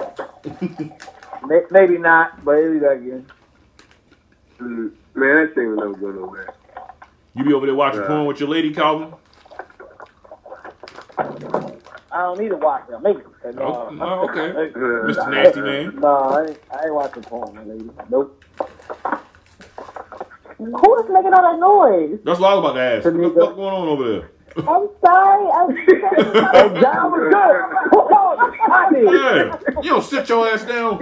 May- Maybe not, but it'll be back again.
Mm, Man, that shit was never going nowhere.
you be over there watching
Yeah.
porn with your lady, Calvin?
I don't need to watch that. Maybe. No,
Oh, oh, okay.
Uh,
Mr. Nasty Man.
no I, ain't, I ain't watching porn, my lady. Nope.
Who is making all that noise?
That's what I was about to ask. What the fuck going on over there?
I'm sorry.
(laughs)
I'm sorry.
Down with Oh, good. Hold on, I mean,
Yeah. You don't sit your ass down.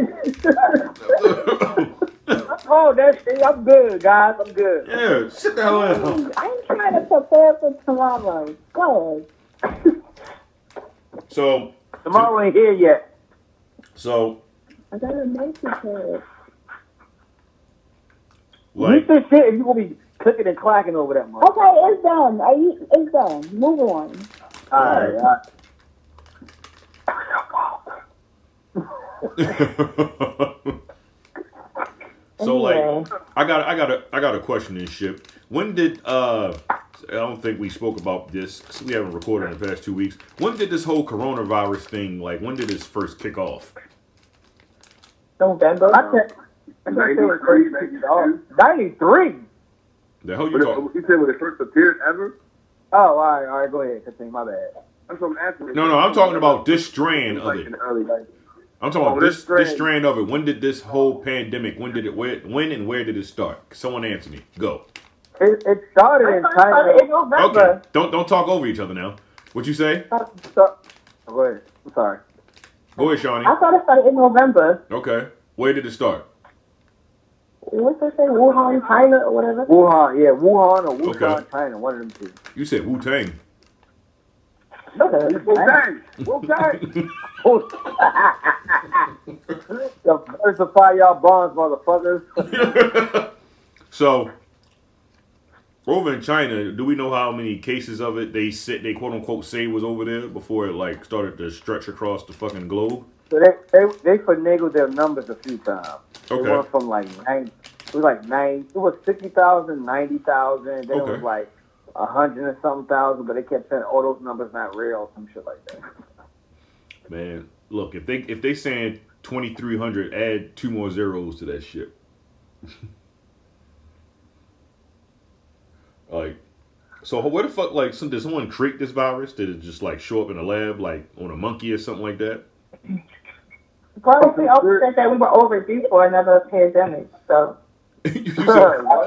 Oh, that shit. I'm good, guys. I'm good.
(laughs) yeah, sit the hell down.
I'm trying to prepare for tomorrow. Go ahead.
So,
Tomorrow ain't here yet.
so,
I got a nice prepared.
like,
Eat this shit, and you gonna be clicking and clacking over that much.
Okay, it's done. Are you, it's done. Move on.
All right, all right.
(laughs) so
Anyway.
like I got I got a I got a question and shit. When did uh I don't think we spoke about this. 'cause We haven't recorded in the past two weeks. When did this whole coronavirus thing like when did this first kick off?
November.
I can't. I can't say it's crazy.
93,
Oh, 93.
The hell you
But it-
talking?
You said when it first appeared ever?
Oh, all right, all right. Go ahead. Continue. My bad.
That's what I'm asking.
No, no, I'm talking about this strand of
like
it.
in the early like,
I'm talking about
Oh, this
this this
strand.
strand of it. When did this whole pandemic? When did it? Where? When and where did it start? Someone answer me. Go.
It, it started in China.
It's November.
Okay. Don't don't talk over each other now. What you say?
Start- Go ahead. I'm sorry.
Go ahead, Shawnee.
I thought it started in November.
Okay. Where did it start?
What's that say? Wuhan, China, or whatever.
Wuhan, yeah, Wuhan or Wuhan,
Okay.
China, one of them two.
You said Wu Tang.
Okay.
Wu-Tang!
(laughs)
Wu-Tang!
Diversify y'all bonds, motherfuckers.
So over in China, do we know how many cases of it they said they quote unquote say was over there before it like started to stretch across the fucking globe?
So they they they finagled their numbers a few times.
Okay.
It went from like nine, it was like nine, it was sixty thousand, ninety thousand, then it
Okay.
was like a hundred and something thousand, but they kept saying, "Oh, those numbers not real," some shit like that.
Man, look, if they if they saying twenty three hundred, add two more zeros to that shit. (laughs) like so where the fuck like some did someone create this virus? Did it just like show up in a lab like on a monkey or something like that? (laughs)
Probably also said that we were overdue for another pandemic. So
you, said,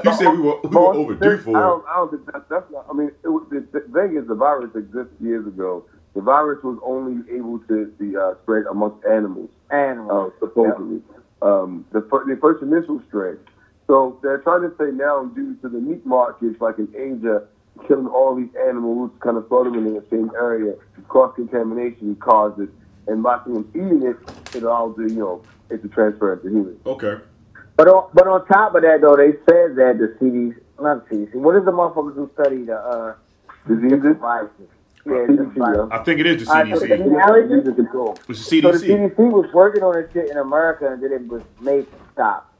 you said we were, we were overdue
I
for it.
don't, I don't think that, that's not, I mean, it was, the, the thing is, the virus exists years ago. The virus was only able to be uh, spread amongst animals. uh,
Animals.
supposedly. Um, the, fir- the first initial strain. So they're trying to say now, due to the meat markets, like in Asia, killing all these animals, kind of throwing them in the same area, cross contamination causes, and by them eating it, it allows the, you know, it to transfer it to humans.
Okay.
But on but on top of that though, they said that the CDC, not CDC, what is the motherfuckers who study the uh
Diseases?
viruses? Yeah,
CDC,
the virus.
I think it is the
I think
CDC.
Disease and control.
It's the
So the
CDC.
CDC was working on this shit in America, and then it was made to stop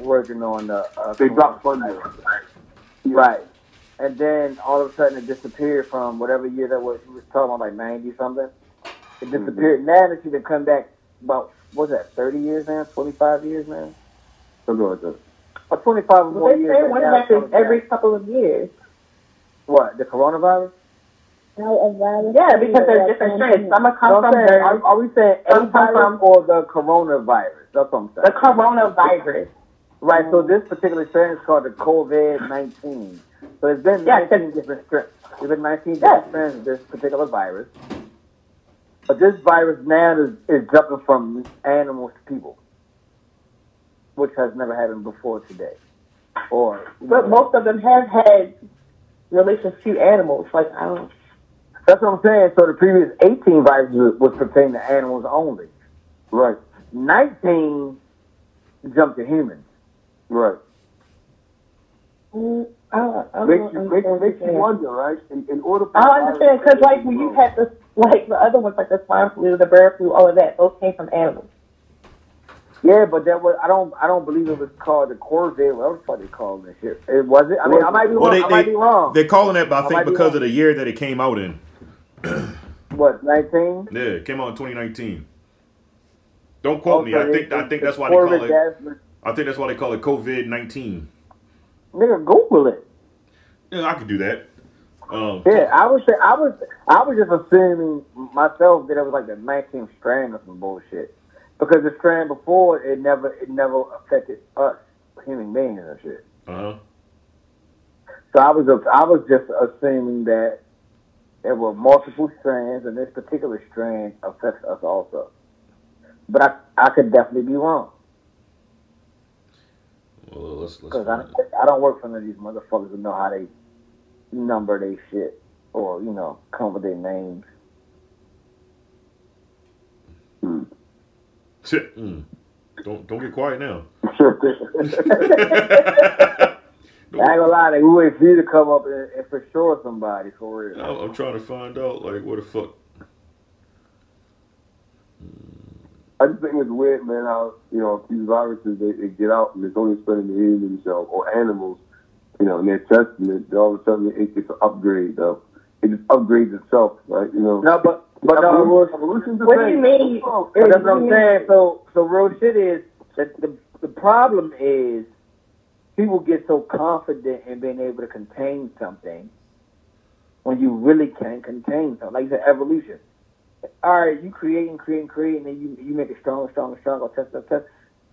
working on the. Uh,
They dropped funding.
Right. And then all of a sudden it disappeared from whatever year that was. You was talking about like 90 something.
Mm-hmm.
It disappeared. Now that you can come back about, what's that, 30 years now? 25 years now?
Something like that.
Or 25 or
well,
more
they
years.
say
that
one
now
of
it's coming
us
back.
every couple of years.
What, the coronavirus?
Yeah, because there's different strains. Some are come
No,
from
I'm saying,
the,
are, are we saying a
Some come
virus
from-
or the coronavirus? That's what I'm saying.
the coronavirus.
Right, so this particular strain is called the COVID 19. So it's been
Yes,
19 different strains. There's been 19
Yes.
different strains of this particular virus. But this virus now is, is jumping from animals to people, which has never happened before today. Or, you
But
know,
most of them have had relations to animals. Like I don't.
that's what I'm saying. So the previous 18 viruses was, was pertaining to animals only.
Right,
19 jumped to humans.
right.
Mm, I don't, I don't
Makes you, makes,
understand
makes you
that.
wonder, right? In, in order for
I understand because like when you had the like the other ones like the swine flu, the bird flu, all of that, those came from animals.
Yeah, but that was I don't I don't believe it was called the Corvette. Whatever the fuck they called that shit. It was it. I mean, I might be wrong.
Well, they,
I might
they,
be wrong.
They're calling that, but I,
might
think
be
because
wrong.
of the year that it came out in.
what nineteen?
Yeah, it came out in 2019. Don't quote me. I
Okay,
think I
it's-
think
it's
that's why they call
Corvette
it.
Jasmine.
I think that's why they call it COVID 19.
Nigga, Google it.
Yeah, I could do that. Um,
Yeah, I was I was I was just assuming myself that it was like the 19th strand or some bullshit because the strand before it never it never affected us human beings and shit.
uh-huh.
So I was I was just assuming that there were multiple strands and this particular strand affects us also. But I I could definitely be wrong
Well, let's let's.
because
find
I
out.
I don't work for none of these motherfuckers who know how they number their shit or you know come with their names. (laughs)
Shit. Mm. Don't don't get quiet
(laughs)
now. (laughs)
I ain't gonna lie, they we wait for you to come up and, and for sure somebody for real.
I'm, I'm trying to find out like where the fuck.
I just think it's weird, man, how, you know, these viruses, they, they get out and it's only spreading to humans you know, or animals, you know, and they're testing it. Then all of a sudden it gets an upgrade, though. It just upgrades itself, right? You know,
No, but but no,
Evolution-
real-
evolution's a
um, What do you
thing.
mean?
Oh,
but that's what I'm saying. So so real shit is that the the problem is people get so confident in being able to contain something when you really can't contain something. Like you said, evolution. All right, you create and create and create, and then you you make it stronger, stronger, stronger, test, test, test.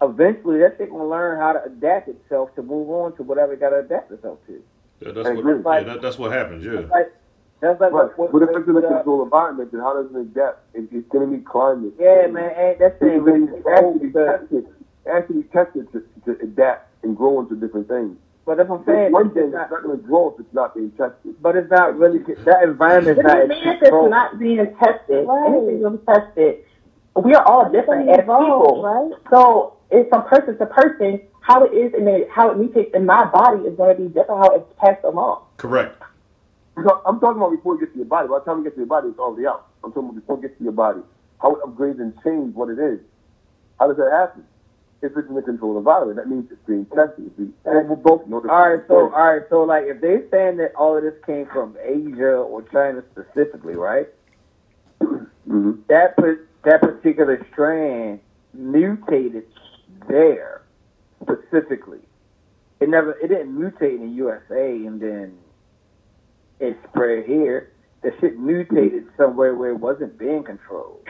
Eventually, that shit gonna learn how to adapt itself to move on to whatever it gotta adapt itself to.
Yeah, that's what.
agree.
Yeah, that, that's what happens. Yeah.
Like that's like
Right.
what,
But if it's in a
uh,
controlled environment, then how does it adapt? It, it's going to be climate.
Yeah, man, eh, ain't that shit ain't really
It's actually
because
tested, actually tested to, to adapt and grow into different things.
But if I'm saying
one
it's
thing is
just
not
not,
going to grow if it's not being tested.
but it's not really that environment's
What do you
not
mean if it's
controlled.
not being tested?
Right.
Anything being tested, we are all different as people.
right?
So it's from person to person, how it is and then how it mutates in my body is going to be different how it's passed along.
Correct.
Because I'm talking about before it gets to your body. By the time it gets to your body, it's already out. I'm talking about before it gets to your body. How it upgrades and changes what it is. How does that happen? If it's in a controlled environment, that means it's being tested. It's being, and we're both know the-
All right, so all right, so like if they saying that all of this came from Asia or China specifically, right? (laughs)
Mhm.
That put that particular strand mutated there specifically. It never it didn't mutate in the USA and then it spread here. The shit mutated somewhere where it wasn't being controlled.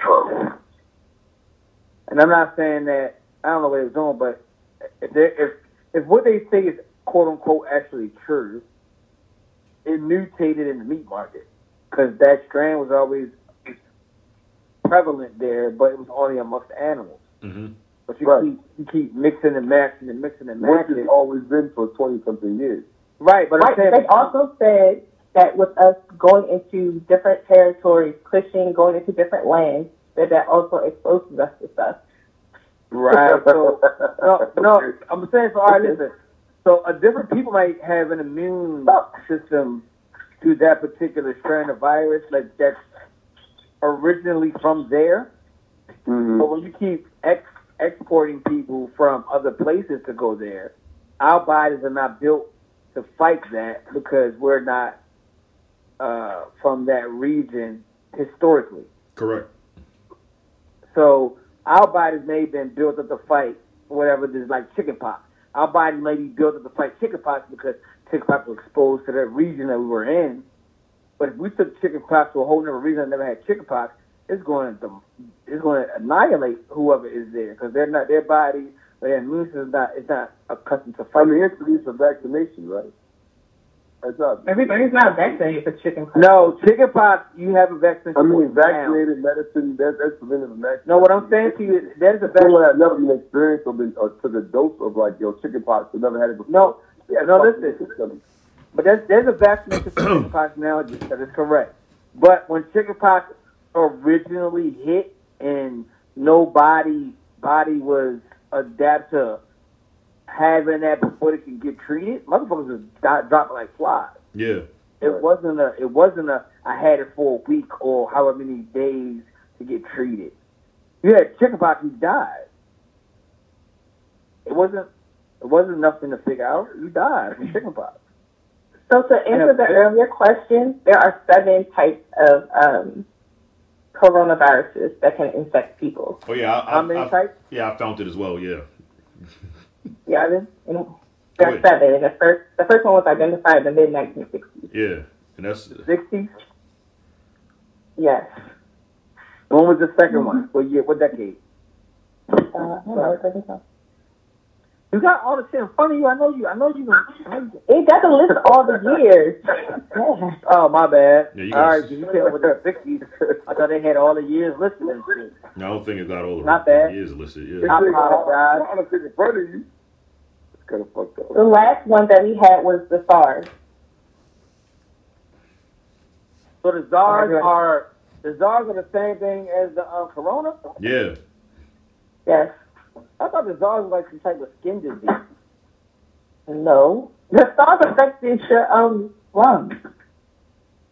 And I'm not saying that I don't know what it was doing, but if they're- if if what they say is quote unquote actually true, it mutated in the meat market because that strain was always prevalent there, but it was only amongst animals.
hmm
But you
Right.
keep you keep mixing and matching and mixing and
Which
matching.
it's always been for 20 something years.
Right, but I'm
Right.
saying
They also said that with us going into different territories, pushing, going into different lands, that that also exposes us to stuff.
right. So, no, no,
(laughs)
I'm saying so. All right, listen. So a different people might have an immune system to that particular strand of virus, like that's originally from there.
Mhm.
But when you keep ex- exporting people from other places to go there, our bodies are not built to fight that because we're not uh, from that region historically.
Correct.
So our bodies may have been built up to fight whatever this like chicken pox. Our bodies may be built up to fight chicken pox because chicken pox was exposed to that region that we were in. But if we took chicken pox to a whole other region that never had chicken pox, it's going to it's going to annihilate whoever is there because they're not their body their immune system is not is not accustomed to
I mean,
fighting.
it's the use of vaccination, right? That's not.
Everybody's not vaccinated for chicken pox.
No, chicken pox, you have a vaccine.
I
for
mean,
it now.
vaccinated medicine, that, that's preventative medicine.
No, what I'm saying to you is there's a vaccine.
Someone that never even experienced or, been, or took a dose of like, yo, chickenpox, but never had it before.
No,
Yeah,
no,
fucking
listen.
system.
But there's, there's a vaccination for chickenpox now that is correct. But when chickenpox originally hit and nobody body was adapt to having that before they can get treated, motherfuckers is di- dropping like flies.
Yeah.
It wasn't a. It wasn't a. I had it for a week or however many days to get treated. You had chickenpox, you died. It wasn't. It wasn't nothing to figure out. You died from chickenpox.
So to answer the earlier question, there are seven types of um, coronaviruses that can infect people.
Oh yeah. I,
How
I,
many
I-
types?
Yeah, I found it as well. Yeah.
Yeah, there's, and there are
Wait.
seven. And the first, the first one was identified in the mid 1960s.
Yeah. And that's
Sixty.
Yes.
When was the 2nd one? What year? What decade?
Uh, hold on, it doesn't count.
You got all the shit in front of you. I know you. I know you. I know you-
It doesn't list all the (laughs) years. Yeah.
Oh my bad.
Yeah, you
all
got-
right, 'cause you came up with the sixties. I thought they had all the years listed and shit.
no, I don't think it got all the
Not bad.
years listed.
This
Yeah.
Not-
nigga
apologize.
all- all the shit in front of you. It's kind of fucked up.
The last one that we had was the SARS.
So the czars (laughs) are the czars are the same thing as the uh, corona.
Yeah.
Yes.
I thought the czars was like some type of skin disease.
No. The SARS affected your um lungs.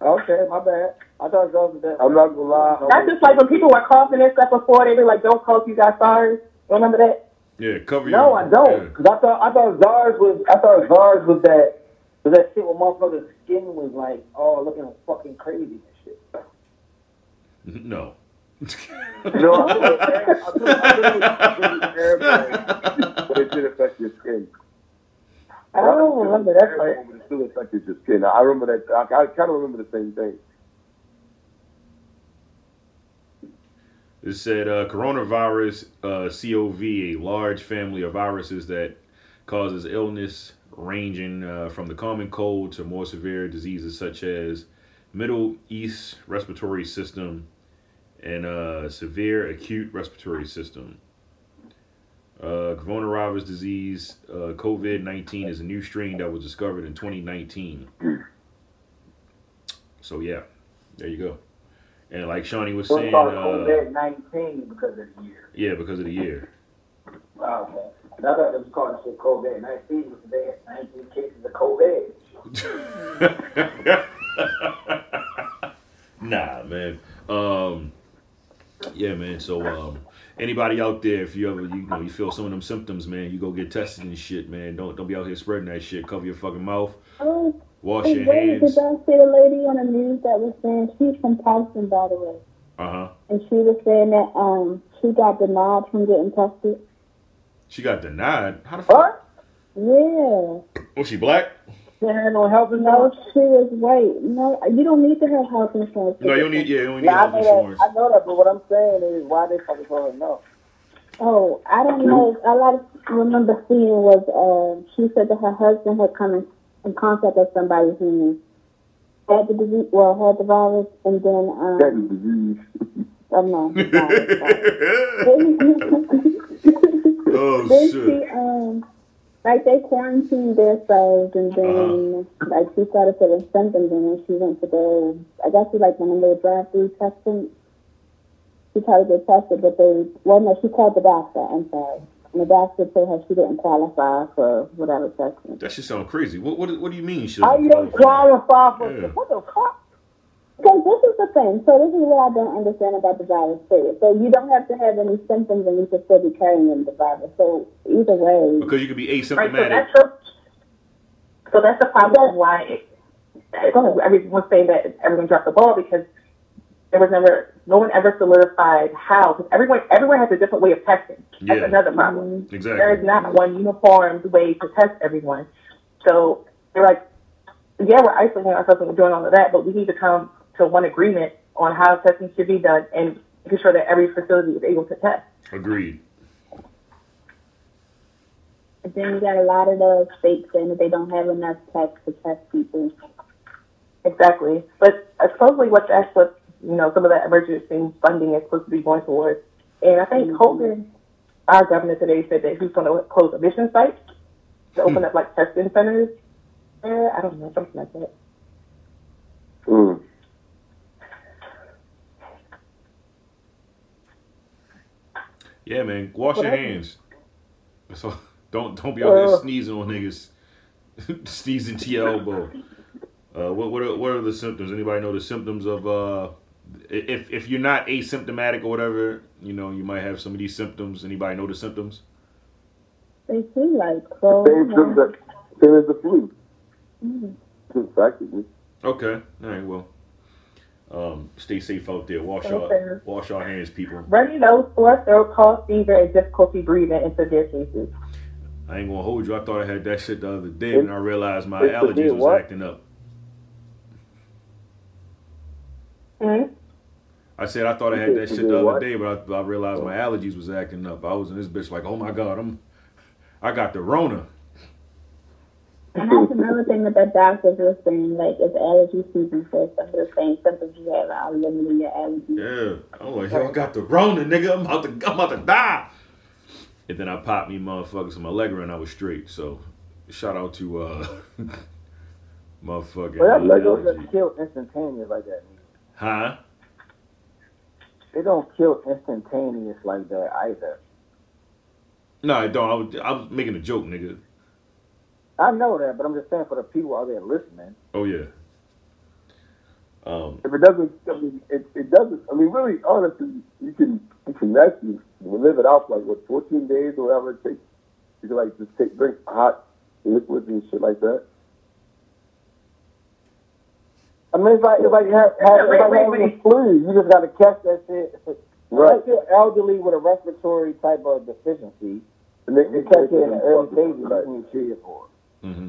Okay, my bad. I thought czars was that.
I'm not gonna lie.
That's just like when people were coughing and stuff before they were like, "Don't cough, you got SARS." Remember that?
Yeah. Cover your.
no, I don't. Cause I thought I thought czars was I thought czars was that was that shit where motherfuckers' skin was like all looking fucking crazy and shit.
Yeah. No. (laughs)
No, I thought I thought- I thought it
(laughs)
was terrible, but it did affect your skin.
I don't remember that part.
But it still affected your skin. I remember that. I, I kind of remember the same thing.
It said uh, coronavirus, uh, COV, a large family of viruses that causes illness ranging uh, from the common cold to more severe diseases such as Middle East respiratory system and uh, severe acute respiratory system. Uh, coronavirus disease, uh, COVID 19, is a new strain that was discovered in 2019. So, yeah, there you go. And like Shawnee was
What's
saying,
called
uh,
COVID nineteen because of the year.
yeah, because of the year.
Wow, man. I thought it was calling shit COVID nineteen because they had nineteen cases of COVID.
(laughs) Nah, man. Um, yeah, man. So, um, anybody out there, if you ever, you know, you feel some of them symptoms, man, you go get tested and shit, man. Don't don't be out here spreading that shit. Cover your fucking mouth.
Oh,
Wash
and
your
then did
hands. Uh
y'all see the lady on the news that was saying she's from Towson, by the way,
huh.
and she was saying that um she got denied from getting tested.
She got denied. How the fuck?
Yeah,
Was she black?
Can't handle health
no, she was white. No, you don't need to have health insurance.
No, you don't need. Yeah, you don't need
Yeah, I
health
know that.
insurance.
I know that, but what I'm saying is, why they fucking calling no?
Oh, I don't know. All I remember seeing was um she said that her husband had come in, in contact with somebody who had the disease, well, had the virus, and then um,
That is disease.
(laughs)
oh no, sorry, sorry. (laughs) then
oh
she
shit.
um like they quarantined themselves and then
Uh-huh.
like she started feeling symptoms and then she went to go I guess she like went in their drive through testing. She tried to get tested but they well no, she called the doctor, I'm sorry. And the doctor told her she didn't qualify for whatever testing.
That shit sound crazy. What what what do you mean? She
How you don't qualify for
Yeah.
what the fuck?
Because this is the thing. So this is what I don't understand about the virus too. So you don't have to have any symptoms and you can still be carrying the virus. So either way
Because you could be
Right. So
asymptomatic.
that's the, so that's the problem of why it, everyone's saying that everyone dropped the ball because there was never no one ever solidified how because everyone everyone has a different way of testing. That's
Yeah.
another problem. There is
Exactly.
not one uniform way to test everyone. So they're like, yeah, we're isolating ourselves and we're doing all of that, but we need to come to one agreement on how testing should be done and making sure that every facility is able to test.
Agreed.
But then you got a lot of those states saying that they don't have enough tests to test people.
Exactly. But uh, supposedly what that's what, you know, some of that emergency funding is supposed to be going towards. And I
Mm-hmm.
think Hogan, our governor today said that he's going to close emission sites to
Mm.
open up like testing centers. there. I don't know, something like that.
Mm.
Yeah, man. Wash your hands. That's all. (laughs) Don't don't be out there sneezing on niggas, (laughs) sneezing to your elbow. Uh, what what are, what are the symptoms? Anybody know the symptoms of uh, if if you're not asymptomatic or whatever, you know you might have some of these symptoms. Anybody know the symptoms?
They seem like cold.
Same as the, same as the flu.
Mm.
Practically.
Okay, all right, well, um, stay safe out there. Wash
Okay.
your wash your hands, people.
Runny nose, sore throat, cough, fever, and difficulty breathing in severe cases.
I ain't gonna hold you. I thought I had that shit the other day, and I realized my
it's the
allergies
deal,
was
what?
acting up.
Hmm?
Mm-hmm.
I said I thought I had
It's
that
the
shit
deal,
the other
what?
day, but I, I realized my allergies was acting up. I was in this bitch like, oh my god, I'm, I got the Rona.
And (laughs) that's another thing that the doctors were saying, like it's allergy season, so some of the same symptoms you have are limiting your allergies.
Yeah, I'm like, yo, I got the Rona, nigga. I'm about to, I'm about to die. And then I popped me motherfuckers in my leg and I was straight. So, shout out to uh, (laughs) motherfucking
Well, that
uh,
like, those
allergy.
don't kill instantaneous like that.
huh?
They don't kill instantaneous like that either.
No, I don't. I was, I was making a joke, nigga.
I know that, but I'm just saying for the people out there listening.
Oh yeah. Um,
If it doesn't, I mean, it, it doesn't. I mean, really, honestly, you can you can actually live it off like what 14 days or whatever it takes. You can like just take drink hot liquids and shit like that.
I mean, it's like it's like you have, have, it's like having the flu. You just got to catch that shit.
Right.
Unless you're elderly with a respiratory type of deficiency,
And they,
you catch it in the early stages.
Right.
You need treated for. it.
hmm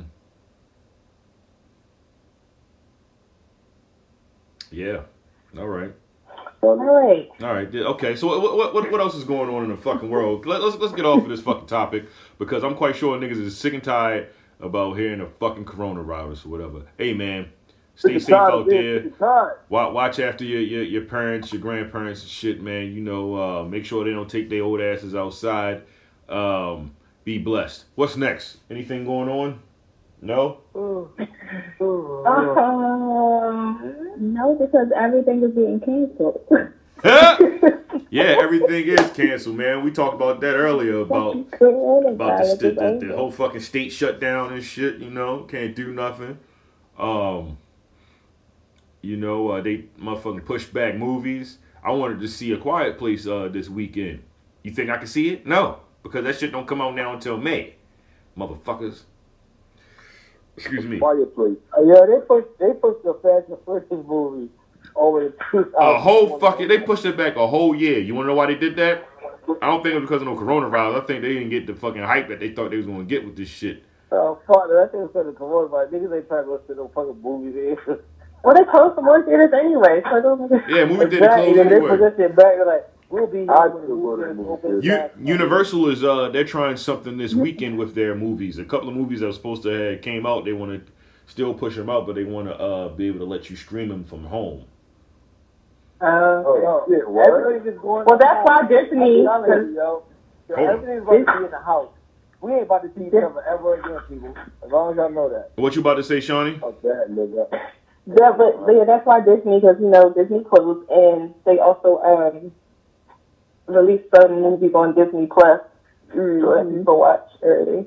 Yeah. All right.
All right.
All right. yeah, Okay. So what what what, what else is going on in the fucking world? Let, let's let's get off of this fucking topic because I'm quite sure niggas is sick and tired about hearing the fucking coronavirus or whatever. Hey man, stay safe out there. Wa- Watch after your, your your parents, your grandparents, and shit, man. You know, uh, make sure they don't take their old asses outside. Um, be blessed. What's next? Anything going on? No. (laughs)
Uh, no, because everything is getting canceled. (laughs)
Huh? yeah, everything is canceled, man. We talked about that earlier about about the,
Coronavirus
st-
is
the, the
over.
whole fucking state shut down and shit. You know, can't do nothing. Um, you know, uh, they motherfucking push back movies. I wanted to see a Quiet Place uh, this weekend. You think I can see it? No, because that shit don't come out now until May, motherfuckers. Excuse me.
Fireplace.
Uh, yeah, they pushed they pushed the Fast and Furious movie over the two.
A whole fucking they pushed it back a whole year. You wanna know why they did that? I don't think it was because of no coronavirus. I think they didn't get the fucking hype that they thought they was gonna get with this shit.
Oh, partner, that thing was gonna come on, but niggas ain't trying to go to no fucking movies.
Well, they closed the more theaters anyway, so it doesn't
Yeah, movie theater
exactly,
closed
and they
anyway.
pushed that shit back. They're like, we'll be here
I
when the
still go to
movies
the
open
movies.
U-
back up.
Universal is uh they're trying something this weekend with their movies. A couple of movies that were supposed to have came out, they want to still push them out, but they want to uh be able to let you stream them from home.
Uh,
Oh, shit, what?
Everybody's just going.
well, that's why
I'm
Disney.
telling you, yo. So
Hold on.
Everything's about to be in the house. We ain't about to see each other ever again, people. As long as y'all know that.
What you about to say, Shawnee?
Fuck that nigga.
Yeah, but yeah, that's why Disney, because you know Disney closed, and they also um released some movies on Disney Plus that people watch already.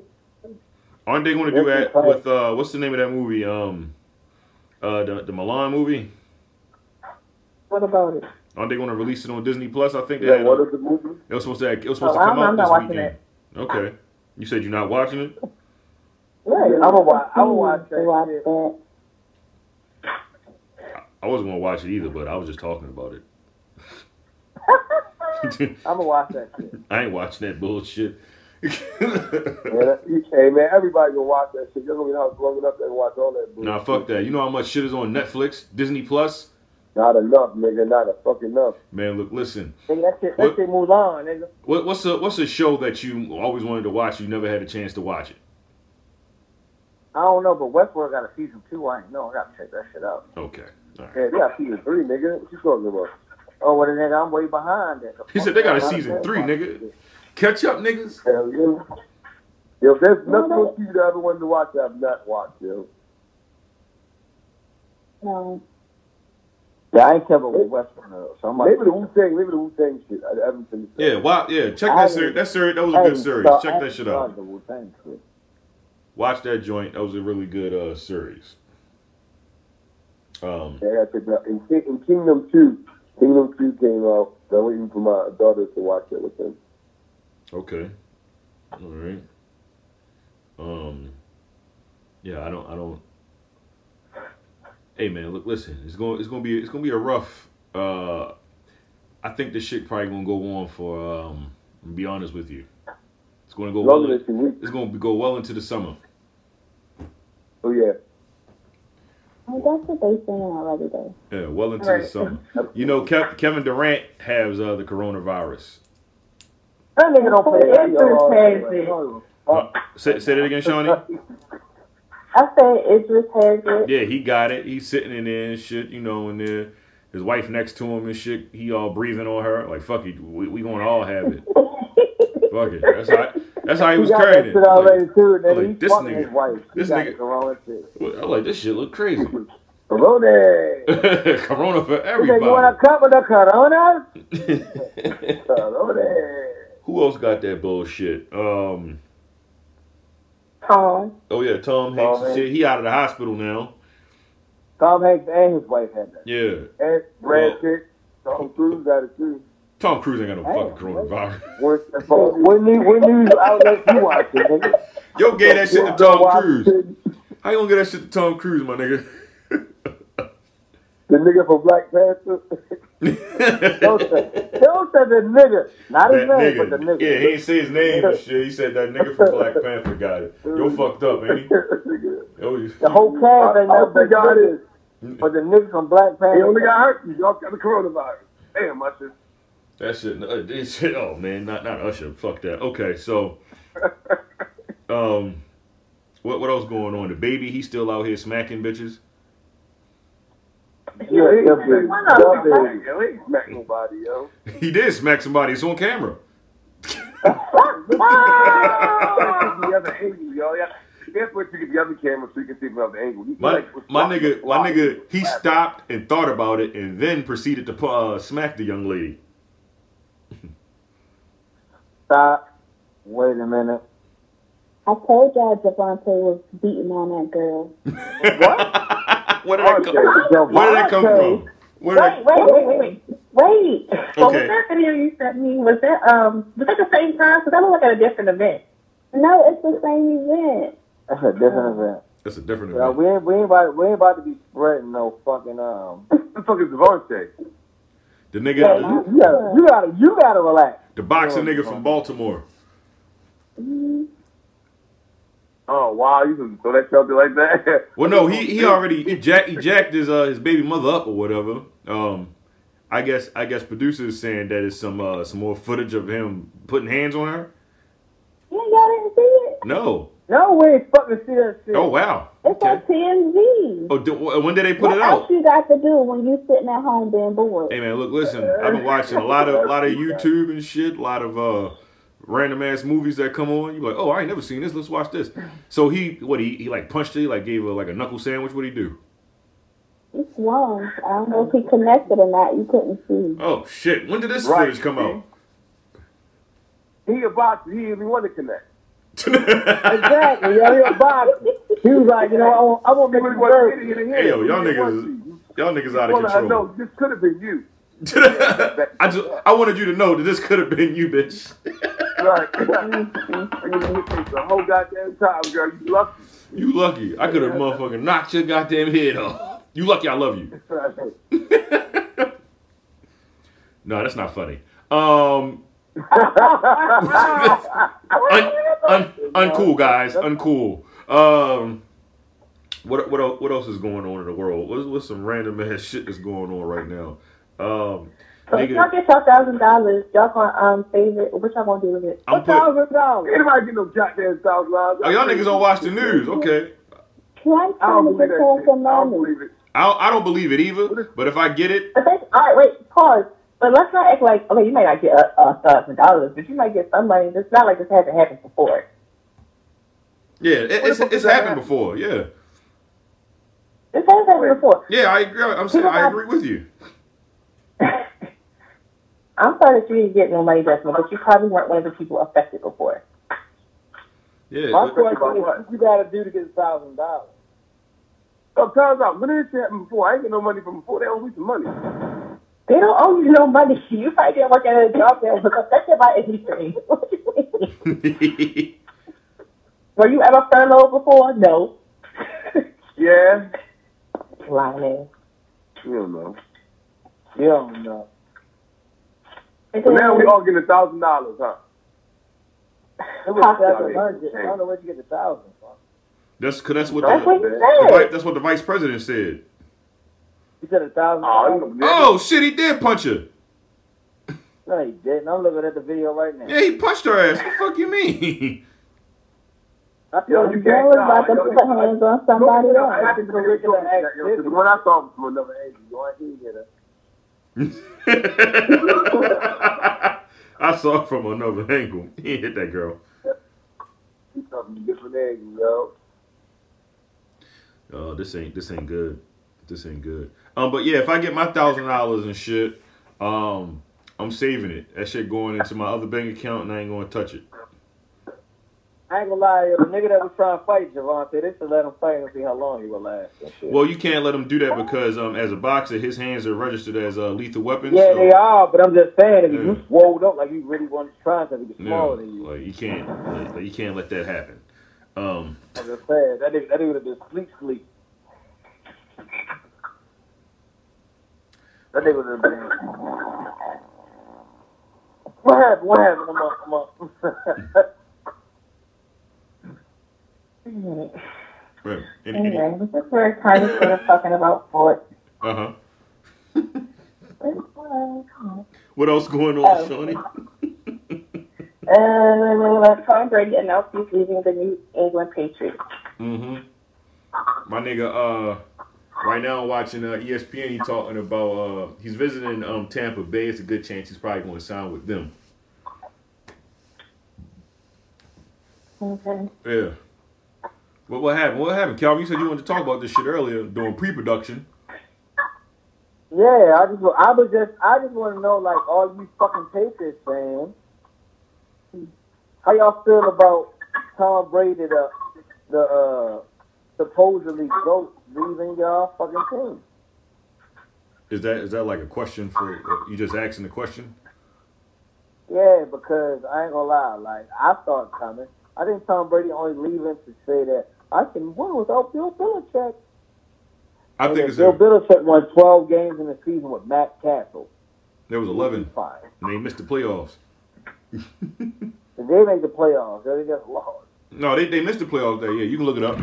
Aren't they going to do
Yes,
that with uh what's the name of that movie? Um, uh the the Milan movie.
What about it?
Aren't they going to release it on Disney Plus? I think they
Yeah,
had
what
a-
is the movie?
It was supposed to. It was supposed
Oh,
to
I
come
don't-
out
I'm not
this
watching
weekend. Okay. You said you're not watching it.
Right. I'm gonna watch.
Mm-hmm.
I'm gonna watch
They watch
that shit.
that.
I wasn't gonna watch it either, but I was just talking
(laughs)
about it. (laughs)
I'm gonna watch that shit.
I ain't watching that bullshit. (laughs)
Man, that, hey man, everybody gonna watch that shit. You're gonna be in the house long enough to watch all that.
nah,
bullshit.
fuck that. You know how much shit is on Netflix, Disney Plus.
Not enough, nigga. Not a fucking enough.
Man, look, listen.
Nigga, that shit,
What?
that shit moves on, nigga.
What, what's a what's a show that you always wanted to watch? You never had a chance to watch it.
I don't know, but Westworld got a season two. I ain't know. I gotta check that shit out.
Okay. All right.
Yeah, they got season three, nigga. What you talking about?
Oh, well, then nigga, I'm way behind. That.
He said they got a season three, nigga. Catch up, niggas.
Hell yeah. Yo, if there's nothing on TV that I ever wanted to watch that I've not watched, yo.
No.
Yeah, I ain't covered with Western though, so I'm
Leave it to
like,
Wu Tang. Leave it to Wu Tang shit. I, everything.
Yeah, wow. Yeah, check
I
that series.
haven't-
That series, that was a
I
good
ain't
series.
start- I
Check that
ain't
shit out.
started the Wu-Tang shit.
Watch that joint. That was a really good uh series. Um,
Yeah, I gotta check it out. And, King, and Kingdom Two, Kingdom Two came out. So I'm waiting for my daughter to watch it with them.
okay. All right. Um, yeah, I don't, I don't. Hey man, look, listen. It's gonna, it's gonna be, it's gonna be a rough. Uh, I think this shit probably gonna go on for. Um, to be honest with you, it's gonna go well.
Longer
in-
than two weeks.
It's gonna be- go well into the summer.
Oh yeah.
Well, that's what they saying already, though.
Yeah, well into the
Right.
summer. You know, Kev, Kevin Durant has uh, the coronavirus.
That nigga don't play.
It's fantastic.
Uh, say, say that again, Shawnee.
I say Idris has it.
Yeah, he got it. He's sitting in there and shit, you know, and there. His wife next to him and shit. He all breathing on her. Like, fuck it. We, we gonna all have it. fuck it. That's how, that's how he
He
was
got that
carrying it.
shit already
Like,
too. Nigga.
like,
He's
this
fucking
nigga-
his wife. He
this
got
nigga-
the wrong shit.
well, I'm like, this shit look crazy.
Corona.
(laughs) Corona
He said, you
for
want
everybody.
to come with the
(laughs)
Corona? Corona.
Who else got that bullshit? Um,
Tom.
oh yeah, Tom Hanks. and shit. He out of the hospital now.
Tom Hanks and his wife had that.
Yeah,
And
Well-
Brad Pitt, Tom Cruise got it too.
Tom Cruise ain't got no fucking
Damn,
coronavirus.
What what news, what news outlets you watching, nigga?
Yo, gave that shit to
What you
Tom
watching?
Cruise. How you gonna get that shit to Tom Cruise, my nigga?
The nigga from Black Panther. Don't say,
(laughs)
don't say the nigga. Not his
That
name,
nigga.
but the nigga.
Yeah, he ain't say his name and shit. He said that nigga from Black Panther got it. Yo, fucked up,
(laughs)
ain't he? Yo, you-
The whole cast ain't
Oh,
nothing but
God,
niggas.
it.
But the nigga from Black
He
Panther.
only got herpes. Y'all got the coronavirus. Damn, my shit.
that shit, uh, this shit. Oh man, not not Usher. Fuck that.
(laughs)
Okay, so, um, what what else going on? The baby, he still out here smacking bitches. (laughs)
Yeah, definitely.
Why not?
Definitely.
Yo, he ain't smack nobody, yo.
He did smack somebody. It's on
(laughs)
camera.
the other angle, yo. Yeah. That's what you get the other camera so you can see from the other angle. You
My,
like, what's
my
fucking
nigga, my
fly.
nigga, he stopped and thought about it and then proceeded to pu- uh, smack the young lady.
Stop. Wait a minute.
I told y'all Javante was beating on that girl.
(laughs) Where did that come? Where did that come from? Where
Wait, wait,
did that,
wait, wait, wait. Wait. Well,
Okay.
was that video you sent me? Was that um? Was that the same time? Because that looked like at a different event.
No, it's the same event.
That's a different event.
that's a different.
Yeah,
event.
we ain't we ain't about we ain't about to be spreading no fucking um.
Who (laughs) the fuck is Devontae?
The nigga,
You
the,
gotta you gotta you gotta relax.
the boxing nigga from Baltimore.
Oh, wow. You can throw that shelter like that? (laughs)
Well, no, he he already he jacked he jacked his uh his baby mother up or whatever. Um, I guess I guess producers saying that is some uh some more footage of him putting hands on her.
Yeah, y'all didn't see it.
No.
No way, fucking see that shit.
Oh wow.
It's
Okay.
on TMZ.
Oh, d- wh- when did they put
what
it
else
out?
you got to do when you sitting at home being bored?
Hey man, look, listen. I've been watching a lot of a lot of YouTube and shit, a lot of uh random ass movies that come on. You like, oh, I ain't never seen this. Let's watch this. So he what he he like punched her, he like gave her like a knuckle sandwich. What would he do?
He swung. I don't know if he connected or not. You couldn't see.
Oh shit! When did this
Right.
footage come out?
He a boxer. He even want to connect.
(laughs)
Exactly, yo, yo, Bob. He was like, you know, I won't, I won't
He
make
really
you
want to
nervous.
get it in the
Hey, yo,
head.
y'all
He didn't want
niggas,
to.
is- y'all niggas out
Well,
of
I know
control.
this could have been you.
(laughs) I just, I wanted you to know that this could have been you, bitch.
Right. the whole goddamn time, girl. You lucky.
You lucky. I could have motherfucking knocked your goddamn head off. You lucky. I love
(laughs)
you. No, that's not funny. Um, un, un, uncool guys, uncool. Um, what what el- what else is going on in the world? What's, what's some random ass shit that's going on right now? Um,
So if
Nigga.
y'all get y'all thousand dollars, y'all gonna um save it. What y'all gonna do with it?
I'm put,
dollars.
Anybody get no goddamn thousand dollars?
oh, y'all niggas don't watch the news, okay?
Try
I don't
trying to
believe
get
that
home
shit.
some
I don't
money.
believe it.
I don't, I don't believe it either, but if I get it,
But that's, all right, wait, pause. But let's not act like okay, you might not get a, a thousand dollars, but you might get some money. It's not like this hasn't happened before.
yeah, it, it's
fuck did
it's
that
happened
happen?
before, yeah,
This has happened before.
yeah. I agree. I'm saying I agree with you.
I'm sorry that you didn't get no money, Desmond, but you probably weren't one of the people affected before.
Yeah.
My
it-
question is, what you gotta do to get a thousand dollars?
So Oh, times out, when did this shit happen before? I ain't get no money from before. They owe me some money.
They don't owe you no money. (laughs) You probably didn't work at a job that was affected by anything. What do you mean? (laughs)
(laughs)
Were you ever furloughed before? No. (laughs)
Yeah.
Lying.
You don't know.
You don't know.
So now we all getting a thousand dollars, huh?
It was
Possibly.
seven hundred. I don't know where you get the thousand from.
that's cause that's what
That's
the,
what
man.
he
the vi-
said.
that's what the vice president said.
You said a thousand
Oh, you
dollars?
know,
Oh shit, he did punch her.
No, you didn't. I'm looking at the video right now.
Yeah, he punched her ass. What the fuck you mean? (laughs)
I
Yo,
told
you
you.
can't-
was about to
Nah, yo,
put hands on somebody
Nobody
else.
else.
The one I saw was from another agent. You ain't even get it.
I saw it from another (laughs) angle. He hit that girl.
You something different agent, yo.
Oh, this ain't this ain't good. This ain't good. Um, but yeah, if I get my thousand dollars and shit, um, I'm saving it. That shit going into my other bank account, and I ain't gonna touch it.
I ain't gonna lie, the nigga that was trying to fight Javante, they should let him fight and see how long he will last. and shit.
Well, you can't let him do that because um, as a boxer, his hands are registered as uh, lethal weapons.
yeah,
so-
they are, but I'm just saying, if
Yeah.
you swole up like you really want to try to get
Yeah,
smaller than you,
like you can't, like, like, you can't let that happen. Um,
I'm just saying, that nigga, that nigga would have been sleep, sleep. That nigga would have been. What happened? What happened? I'm up, I'm (laughs) up.
right. Any- any-
Anyway, this is where Carter's going to talking about sports.
uh-huh.
Uh,
What else going on,
Oh.
Shawnee?
Uh, Tom Brady announced he's leaving the New England Patriots.
Mm-hmm. My nigga, uh, right now I'm watching uh, ESPN. He talking about uh, he's visiting um Tampa Bay. It's a good chance he's probably going to sign with them.
Okay.
Yeah. What what happened? What happened, Calvin? You said you wanted to talk about this shit earlier during pre-production.
yeah, I just, wa- I was just, I just want to know, like, all you fucking Patriots fans, how y'all feel about Tom Brady, the, the uh, supposedly goat leaving y'all fucking team?
Is that is that like a question for uh, you? Just asking the question.
Yeah, because I ain't gonna lie, like I thought coming. I think Tom Brady only leaving to say that I can win without Bill Belichick.
I
And
think
then
it's
Bill
a,
Belichick won twelve games in the season with Matt Castle.
there was eleven,
Fine.
and they missed the playoffs.
And they make the playoffs. They just lost.
No, they, they missed the playoffs that year. You can look it up.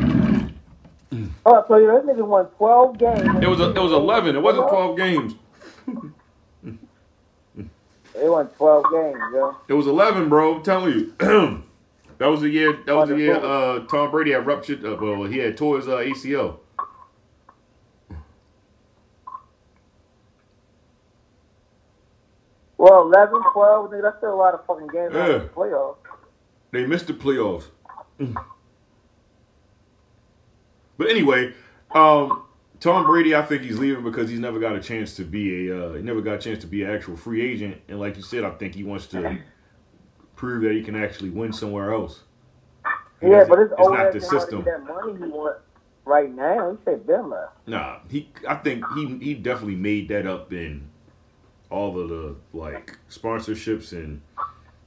Oh, so yeah, this nigga won twelve games.
It was a, it was eleven. It wasn't twelve games.
They won twelve games, yo.
It was eleven, bro. I'm telling you. (clears throat) that was the year. That was the year. Uh, Tom Brady had ruptured. Uh, well, he had tore his uh, ACL.
Well, 11, 12, nigga, that's still a lot of fucking games out
Yeah.
of the playoffs.
They missed the playoffs. but anyway, um, Tom Brady, I think he's leaving because he's never got a chance to be a. Uh, he never got a chance to be an actual free agent, and like you said, I think he wants to prove that he can actually win somewhere else. He
Yeah,
doesn't-
but it's,
it's
old
not
ass
the
nigga wanna
system.
get that money he want right now. He said Ben left.
Nah, he. I think he he definitely made that up in all of the like sponsorships and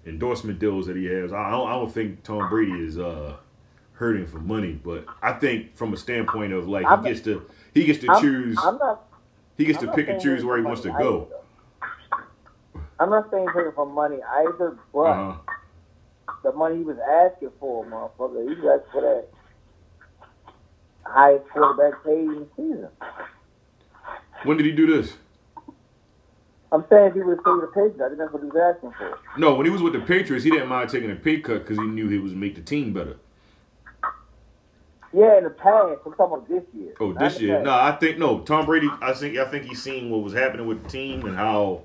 endorsement deals that he has. I don't, I don't think Tom Brady is uh hurting for money, but I think from a standpoint of like
I'm-
he gets to he gets to
I'm-
choose
I'm not
he gets to
I'm not
pick and
saying
choose where he wants to
money
go.
either. I'm not saying here for money either, but
Uh,
the money he was asking for, motherfucker, he was asking for that highest quarterback paid in the season.
when did he do this?
I'm saying if he would have stayed with the Patriots, I think that's what he was asking for.
No, when he was with the Patriots, he didn't mind taking a pay cut because he knew he was make the team better.
Yeah, in the past, I'm talking about this year.
Oh,
not
this
the
year?
past.
No, I think no. Tom Brady. I think I think he's seen what was happening with the team and how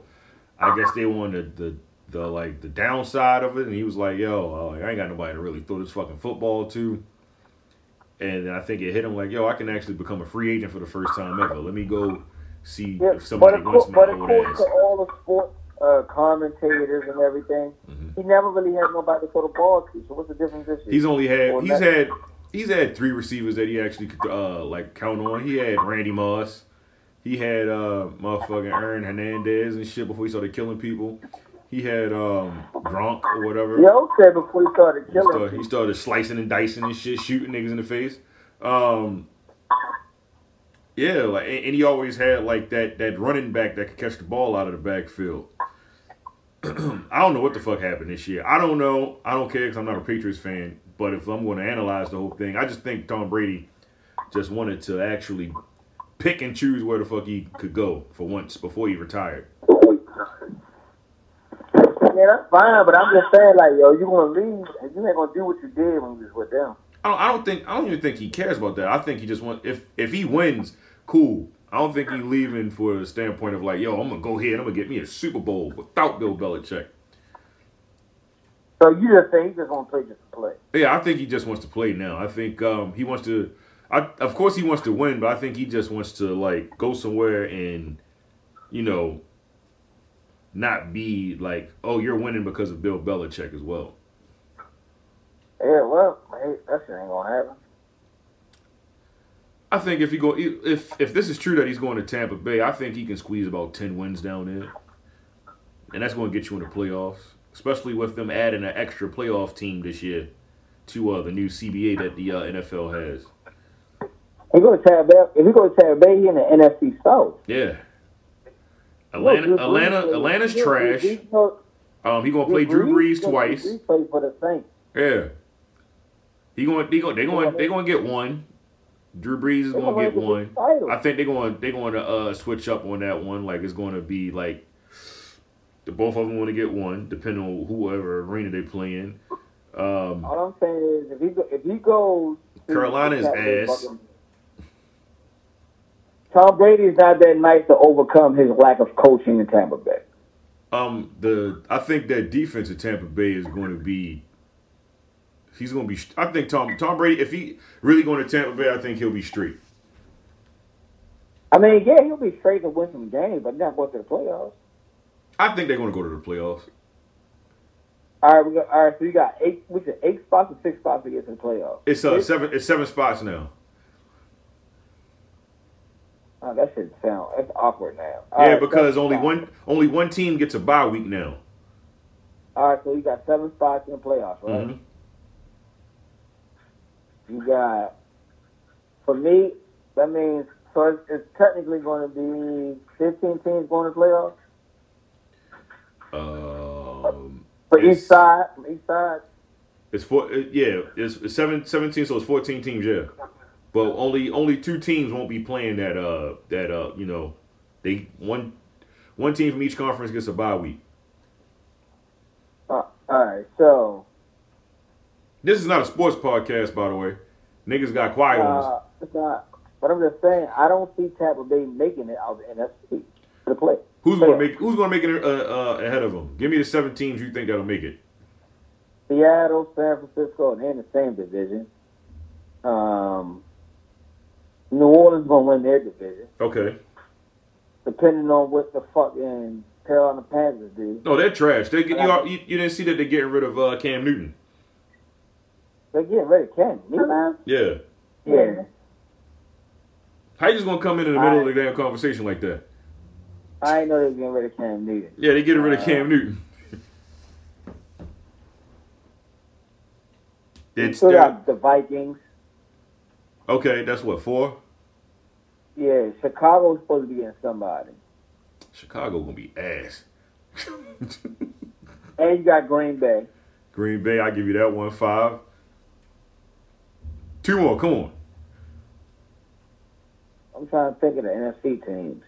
I guess they wanted the the, the like the downside of it, and he was like, "Yo, uh, I ain't got nobody to really throw this fucking football to." And I think it hit him like, "Yo, I can actually become a free agent for the first time ever. Let me go see
Yeah,
if
but
somebody
of course,
wants me."
but
to
of
old
course,
ass."
to all the sports, uh, commentators and everything. He never really had nobody to throw the ball to. So what's the difference this year?
Mm-hmm. He's only had
Or
he's
nothing.
had he's had three receivers that he actually could uh like count on. He had Randy Moss. He had uh motherfucking Aaron Hernandez and shit before he started killing people. He had um Gronk or whatever.
Yo said before he started
He
killing
started, he
people.
started slicing and dicing and shit, shooting niggas in the face. Um, yeah, like and, and he always had like that that running back that could catch the ball out of the backfield. (clears throat) I don't know what the fuck happened this year. I don't know. I don't care because I'm not a Patriots fan. But if I'm going to analyze the whole thing, I just think Tom Brady just wanted to actually pick and choose where the fuck he could go for once before he retired.
Yeah, that's fine, but I'm just saying, like, yo, you gonna leave and you ain't gonna do what you did when you was with them.
I don't, I don't think I don't even think he cares about that. I think he just wants if if he wins, cool. I don't think he's leaving for the standpoint of like, yo, I'm gonna go here and I'm gonna get me a Super Bowl without Bill Belichick.
So you just think he just gonna play just to play.
Yeah, I think he just wants to play now. I think um, he wants to. I of course he wants to win, but I think he just wants to like go somewhere and, you know, not be like, oh, you're winning because of Bill Belichick as well.
Yeah, well, hey, that shit ain't gonna happen.
Mm-hmm. I think if he go if if this is true that he's going to Tampa Bay, I think he can squeeze about ten wins down there, and that's going to get you in the playoffs. Especially with them adding an extra playoff team this year to uh, the new CBA that the uh, NFL has.
He go to Tampa Bay. If he go to Tampa Bay, he in the NFC South.
Yeah, Atlanta,
Look, Drew
Atlanta,
Brees-
Atlanta's
Drew
trash.
Brees- Drew Brees-
Um, he going to play Drew Brees twice.
Drew played for the Saints.
Yeah, he going they going they going they going to get one. Drew Brees is
They
going to get
gonna win
one.
the title.
I think they're going they're going to uh, switch up on that one. Like it's going to be like the both of them want to get one, depending on whoever arena they play in. Um,
All I'm saying is, if he go, if he goes, to
Carolina is
Tampa Bay,
ass.
fuck him. Tom Brady is not that nice to overcome his lack of coaching in Tampa Bay.
um, the I think that defense of Tampa Bay is going to be. He's going to be. I think Tom Tom Brady, if he really going to Tampa Bay, I think he'll be straight.
I mean, yeah, he'll be straight to win some games, but not going to the playoffs.
I think they're going to go to the playoffs.
All right, we got, all right. So you got eight. We said eight spots or six spots to get to the playoffs.
It's uh seven. It's seven spots now.
Oh, that shit sound. That's awkward now. All
Yeah,
right,
because
seven
only
spots.
one only one team gets a bye week now.
All right, so you got seven spots in the playoffs, right?
Mhm.
You got. For me, that means so it's, it's technically going to be fifteen teams going to playoffs
Um,
for each
Yes.
side. From each side.
It's four. it- yeah, it's it's seven, 17, So it's fourteen teams. Yeah, but only only two teams won't be playing that. Uh, that uh, you know, they one one team from each conference gets a bye week.
Uh, all right, so
This is not a sports podcast, by the way. Niggas got quiet on
uh,
us.
it's not. But I'm just saying, I don't see Tampa Bay making it out of the NFC to the play.
Who's gonna
playoffs.
make Who's gonna make it uh, uh, ahead of them? Give me the seven teams you think that'll make it.
Seattle, San Francisco, and they're in the same division. Um, New Orleans gonna win their division,
Okay.
depending on what the fucking Carolina Panthers do.
No, they're trash. They get, you, are, you you didn't see that they're getting rid of uh, Cam Newton.
They're getting ready, can
Hello?
Yeah.
Yeah.
How you just gonna come in in the middle of the damn conversation like that?
I ain't know they was getting rid of Cam Newton.
Yeah, they getting rid
Uh,
of Cam
(laughs)
Newton.
You
It's
still
they're-
got the Vikings.
okay. That's what four.
Yeah, Chicago's supposed to be getting somebody.
Chicago gonna be ass. (laughs)
And you got Green Bay.
Green Bay, I give you that one five. Two more, come on.
I'm trying to think of the NFC teams.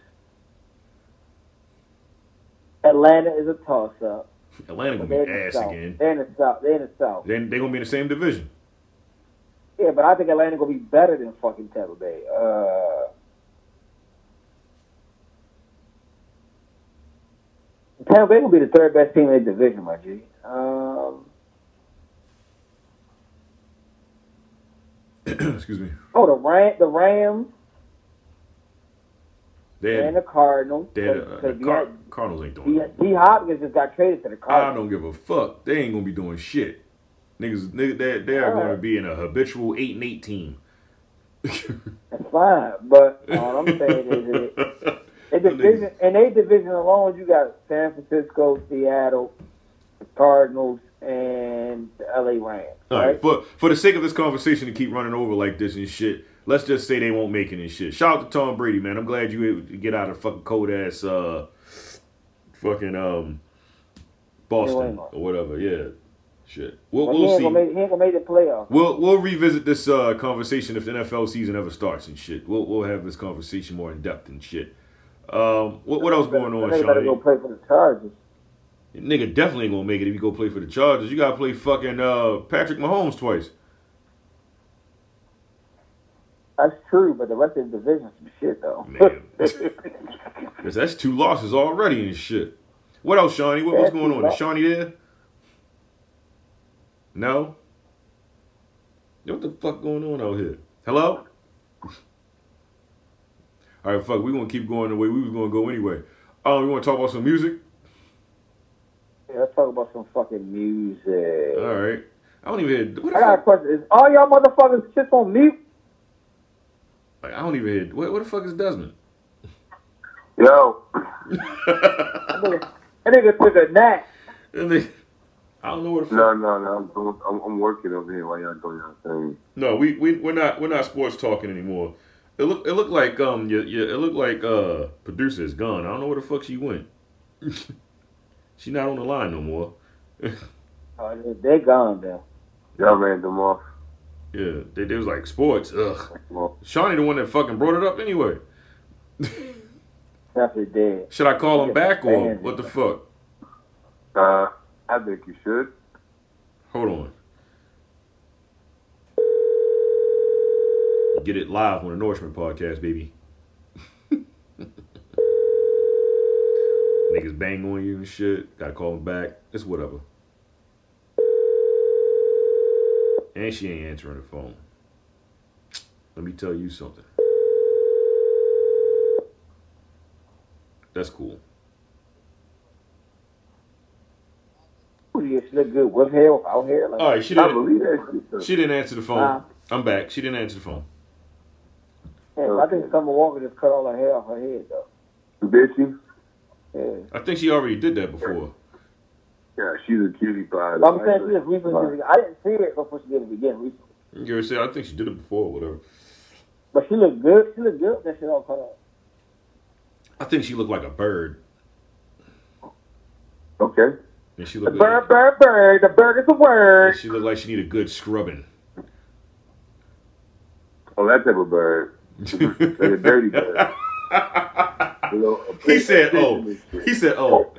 Atlanta is a toss up.
Atlanta gonna
They're
be
in the
ass
South.
again.
They're in the South. They're in the South.
Then they gonna be in the same division. (clears throat)
Yeah, but I think Atlanta gonna be better than fucking Tampa Bay. Uh, Tampa Bay gonna be the third best team in the division, my G. Um,
Excuse me.
oh, the Ram, the Rams.
They had,
and the Cardinals.
they had, uh, the
Because
Car- Cardinals ain't doing
D,
it.
D Hopkins just got traded to the
I
Cardinals.
don't give a fuck. They ain't gonna be doing shit. Niggas, nigga, they, they are gonna be in a habitual eight and eight team. Uh,
That's fine. But all I'm saying is
(laughs)
it, They division and they division alone, you got San Francisco, Seattle, the Cardinals, and the LA Rams.
All right, for for the sake of this conversation to keep running over like this and shit, let's just say they won't make it and shit. Shout out to Tom Brady, man. I'm glad you able to get out of fucking cold ass uh fucking um Boston
Orleans.
or whatever. Yeah, shit. We'll,
But he,
we'll
ain't
see.
gonna make, he ain't gonna make the playoffs.
We'll we'll revisit this uh, conversation if the NFL season ever starts and shit. We'll we'll have this conversation more in depth and shit. Um, what what else going
I
on,
think they better go
Sean?
play for the Chargers.
Nigga definitely ain't gonna make it if you go play for the Chargers. You gotta play fucking uh, Patrick Mahomes twice.
That's true, but the rest of the division some shit though.
Man. Cause that's two losses already and shit. What else, Shawnee? What, what's
That's
going
two
on? Is
lo-
Shawnee there? No? What the fuck going on out here? Hello? Alright, fuck, we gonna keep going the way we was gonna go anyway. Um, we wanna talk about some music?
Yeah, let's talk about some fucking music.
Alright. I don't even hear what the
I got a
fuck?
question. Is all y'all motherfuckers shit on mute?
Like, I don't even hear what, what the fuck is Desmond? (laughs)
Yo, (laughs)
That nigga, that nigga took a nap.
And they- I don't know what the fuck.
no, no, no. I'm doing, I'm, I'm working over here while y'all doing y'all thing.
No, we we we're not we're not sports talking anymore. It look it looked like um your, your, it looked like uh producer is gone. I don't know where the fuck she went. (laughs) she not on the line no more.
Oh, they- they gone then.
Y'all ran them off.
Yeah, they, they was like sports. Ugh.
Well,
Shawnee the one that fucking brought it up anyway.
That's it dead.
Should I call him back or
Man.
what the fuck?
uh, I think you should.
Hold on. Get it live on the Norseman podcast, baby. (laughs) Niggas bang on you and shit. Gotta call them back. It's whatever. And she ain't answering the phone. Let me tell you something. That's cool.
Ooh, you look good with hair, without hair. Like,
All right, she
I
didn't.
believe that shit. though.
She didn't answer the phone.
Nah.
I'm back. She didn't answer the phone.
yeah, I think Summer Walker just cut all her hair off her head though.
Did she?
Yeah.
I think she already did that before.
Yeah, she's a cutie pie.
But I'm saying she just recently did it. I didn't see it before she did it again recently.
You said I think she did it before, or whatever.
But she looked good. She looked good. That shit all cut up.
I think she looked like a bird,
Okay.
and she
The
looked
bird,
like,
bird, bird. The bird is a
and
word.
she looked like she needed a good scrubbing.
Oh, that type of bird. Like a dirty bird. You know, a
(laughs) he
big-
said, "Oh,
big-
he said, oh,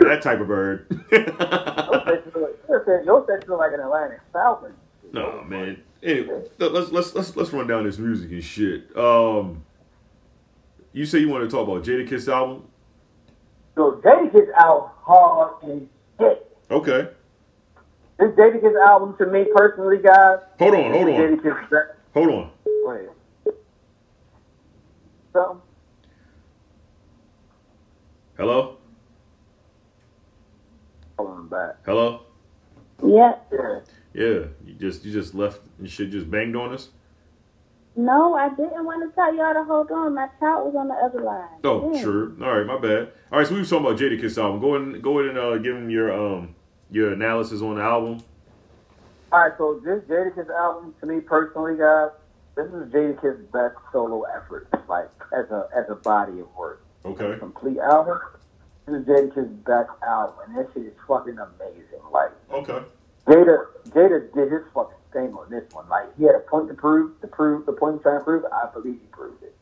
that type of bird." (laughs)
Your section look- your section- your section look like an Atlantic Falcon.
no man. Anyway, let- let's let's let's let's run down this music and shit. Um, you say you want to talk about Jada Kiss album?
So Jada gets out hard and shit.
Okay,
This Jada gets album to me personally, guys.
hold on, hold on,
Jada gets that.
hold on.
Wait. So
Hello,
Calling back.
hello.
Yeah.
Yeah, you just you just left and shit just banged on us.
No, I didn't want to tell y'all to hold on. My child was on the other line.
Oh,
Damn.
sure. All right, my bad. All right, so we were talking about Jadakiss album. Go ahead, and, go ahead and uh, give him your um your analysis on the album.
all right, so this Jadakiss album to me personally, guys, this is Jadakiss's best solo effort, like as a as a body of work.
Okay.
complete album. This is Jada's best album, and that shit is fucking amazing. Like
Okay.
Jada, Jada did his fucking thing on this one. Like he had a point to prove, to prove the point he's trying to prove. I believe he proved it.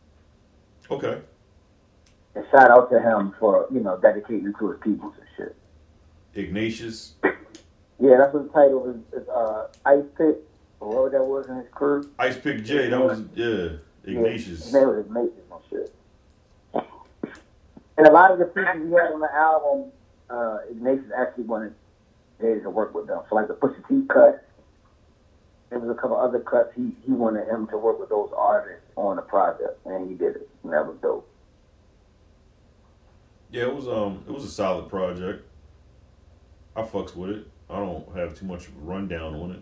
Okay.
And shout out to him for you know dedicating it to his peoples and shit.
Ignatius.
Yeah, that's what the title is. is uh, Ice Pit or whatever that was in his crew.
Ice Pick J. That was yeah. Ignatius.
Yeah, his name was Ignatius and shit. And a lot of the features he had on the album, uh, Ignatius actually wanted Jada to work with them. So like the Pusha T cut, there was a couple other cuts he he wanted him to work with those artists on the project, and he did it, and that was dope.
Yeah, it was um, it was a solid project. I fucks with it. I don't have too much rundown on it.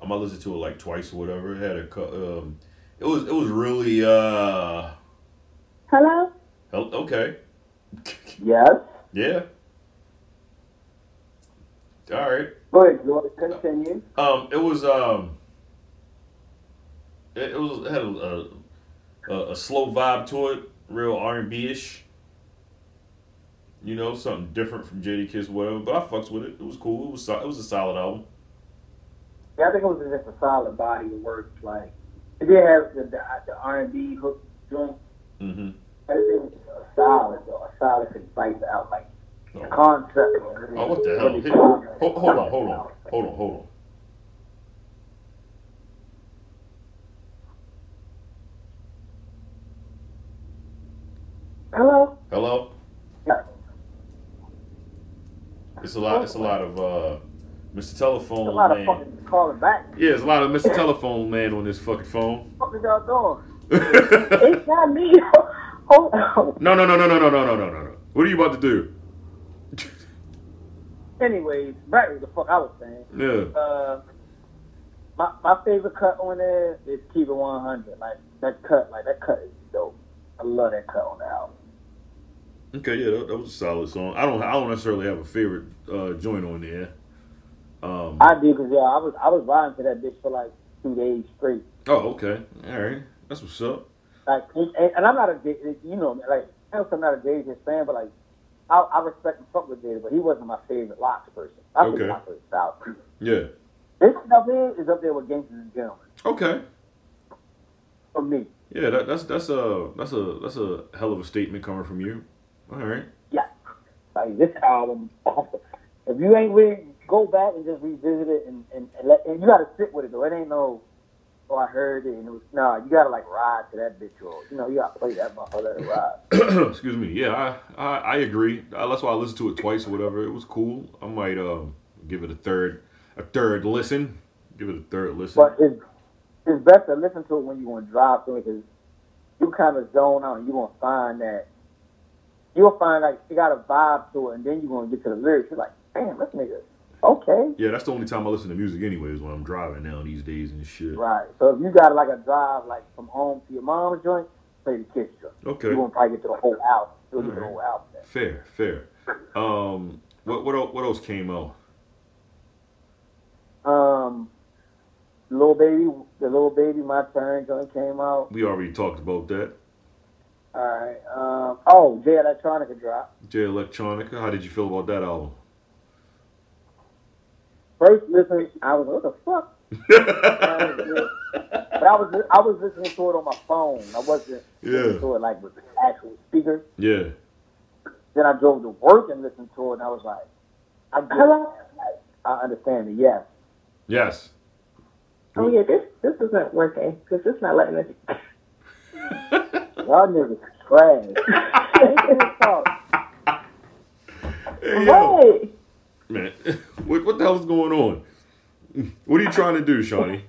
Um, I might listen to it like twice or whatever. It had a cu- um, it was it was really uh,
Hello?
hel- Oh, okay,
Yes.
yeah. All right.
But you want to continue?
Um, it was um, it, it was it had a, a a slow vibe to it, real R and B ish. You know, something different from JD Kiss, whatever. But I fucks with it. It was cool. It was so, it was a solid album.
Yeah, I think it was just a solid body of work. Like it did have the the, the R and B hook joint.
Mm-hmm.
I think it was solid though. A solid could bite out like the
Oh,
concept.
oh, what the hell?
Really
Hey,
solid.
hold, hold on, hold on, hold on, hold on.
Hello.
Hello.
Yeah.
It's a lot. It's a lot of uh, Mr. Telephone
A lot
Man.
of fucking calling back.
yeah, it's a lot of Mr. Telephone Man on this fucking phone. (laughs)
What the fuck is y'all doing?
It's not me. (laughs) Hold on.
No, no, no, no, no, no, no, no, no, no. What are you about to do?
Anyways, back to the fuck I was saying.
Yeah.
Uh, my my favorite cut on there is Keep It 100. Like that cut, like that cut is dope. I love that cut on the album.
Okay, yeah, that, that was a solid song. I don't, I don't necessarily have a favorite uh, joint on there. Um.
I do because yeah, I was I was riding to that bitch for like two days straight.
oh, okay. All right. That's what's up.
Like, and, and I'm not a Jay- you know, like I'm not a Jada's fan, but like I, I respect and fuck with Jada, but he wasn't my favorite locks person. I think
Okay.
my favorite style.
Yeah.
This stuff here is up there with gangsters and gentlemen
Okay.
for me.
Yeah, that, that's that's a that's a that's a hell of a statement coming from you. All right.
Yeah, like this album. if you ain't really go back and just revisit it, and and, and, let, and you got to sit with it though. It ain't no. Oh, I heard it, and it was nah. You gotta like ride to that bitch, or you know, you gotta play that motherfucker to
(clears throat)
ride.
Excuse me. Yeah, I, I I agree. Uh, That's why I listened to it twice or whatever. It was cool. I might um give it a third a third listen. Give it a third listen.
But it's, it's best to listen to it when you want to drive through it because you kind of zone out and you're going to find that. You'll find like you got a vibe to it and then you're going to get to the lyrics. You're like, damn, this nigga, okay.
Yeah, that's the only time I listen to music anyways when I'm driving now these days and shit.
Right. So if you got like a drive like from home to your mom's joint, play the kids joint.
Okay.
You're going to probably get to the whole album. You'll get to the
Alright.
whole album. then.
Fair, fair. Um what what el- what else came out?
Um, Little Baby, the Little Baby My Turn joint came out.
We already talked about that.
All right. Um, oh, J Electronica dropped.
J Electronica, how did you feel about that album? (laughs)
First listen, I was what the fuck? but I was I was listening to it on my phone. I wasn't
Yeah.
listening to it like with the actual speaker.
Yeah.
Then I drove to work and listened to it, and I was like, I get it. Like, I understand it. Yes,
Yes.
Oh yeah, this this isn't working because it's not
(laughs)
letting us.
y'all niggas (laughs) trash. Ain't this talk.
Hey, yo,
Right.
man. (laughs) What what the hell is going on? What are you trying to do, Shawnee?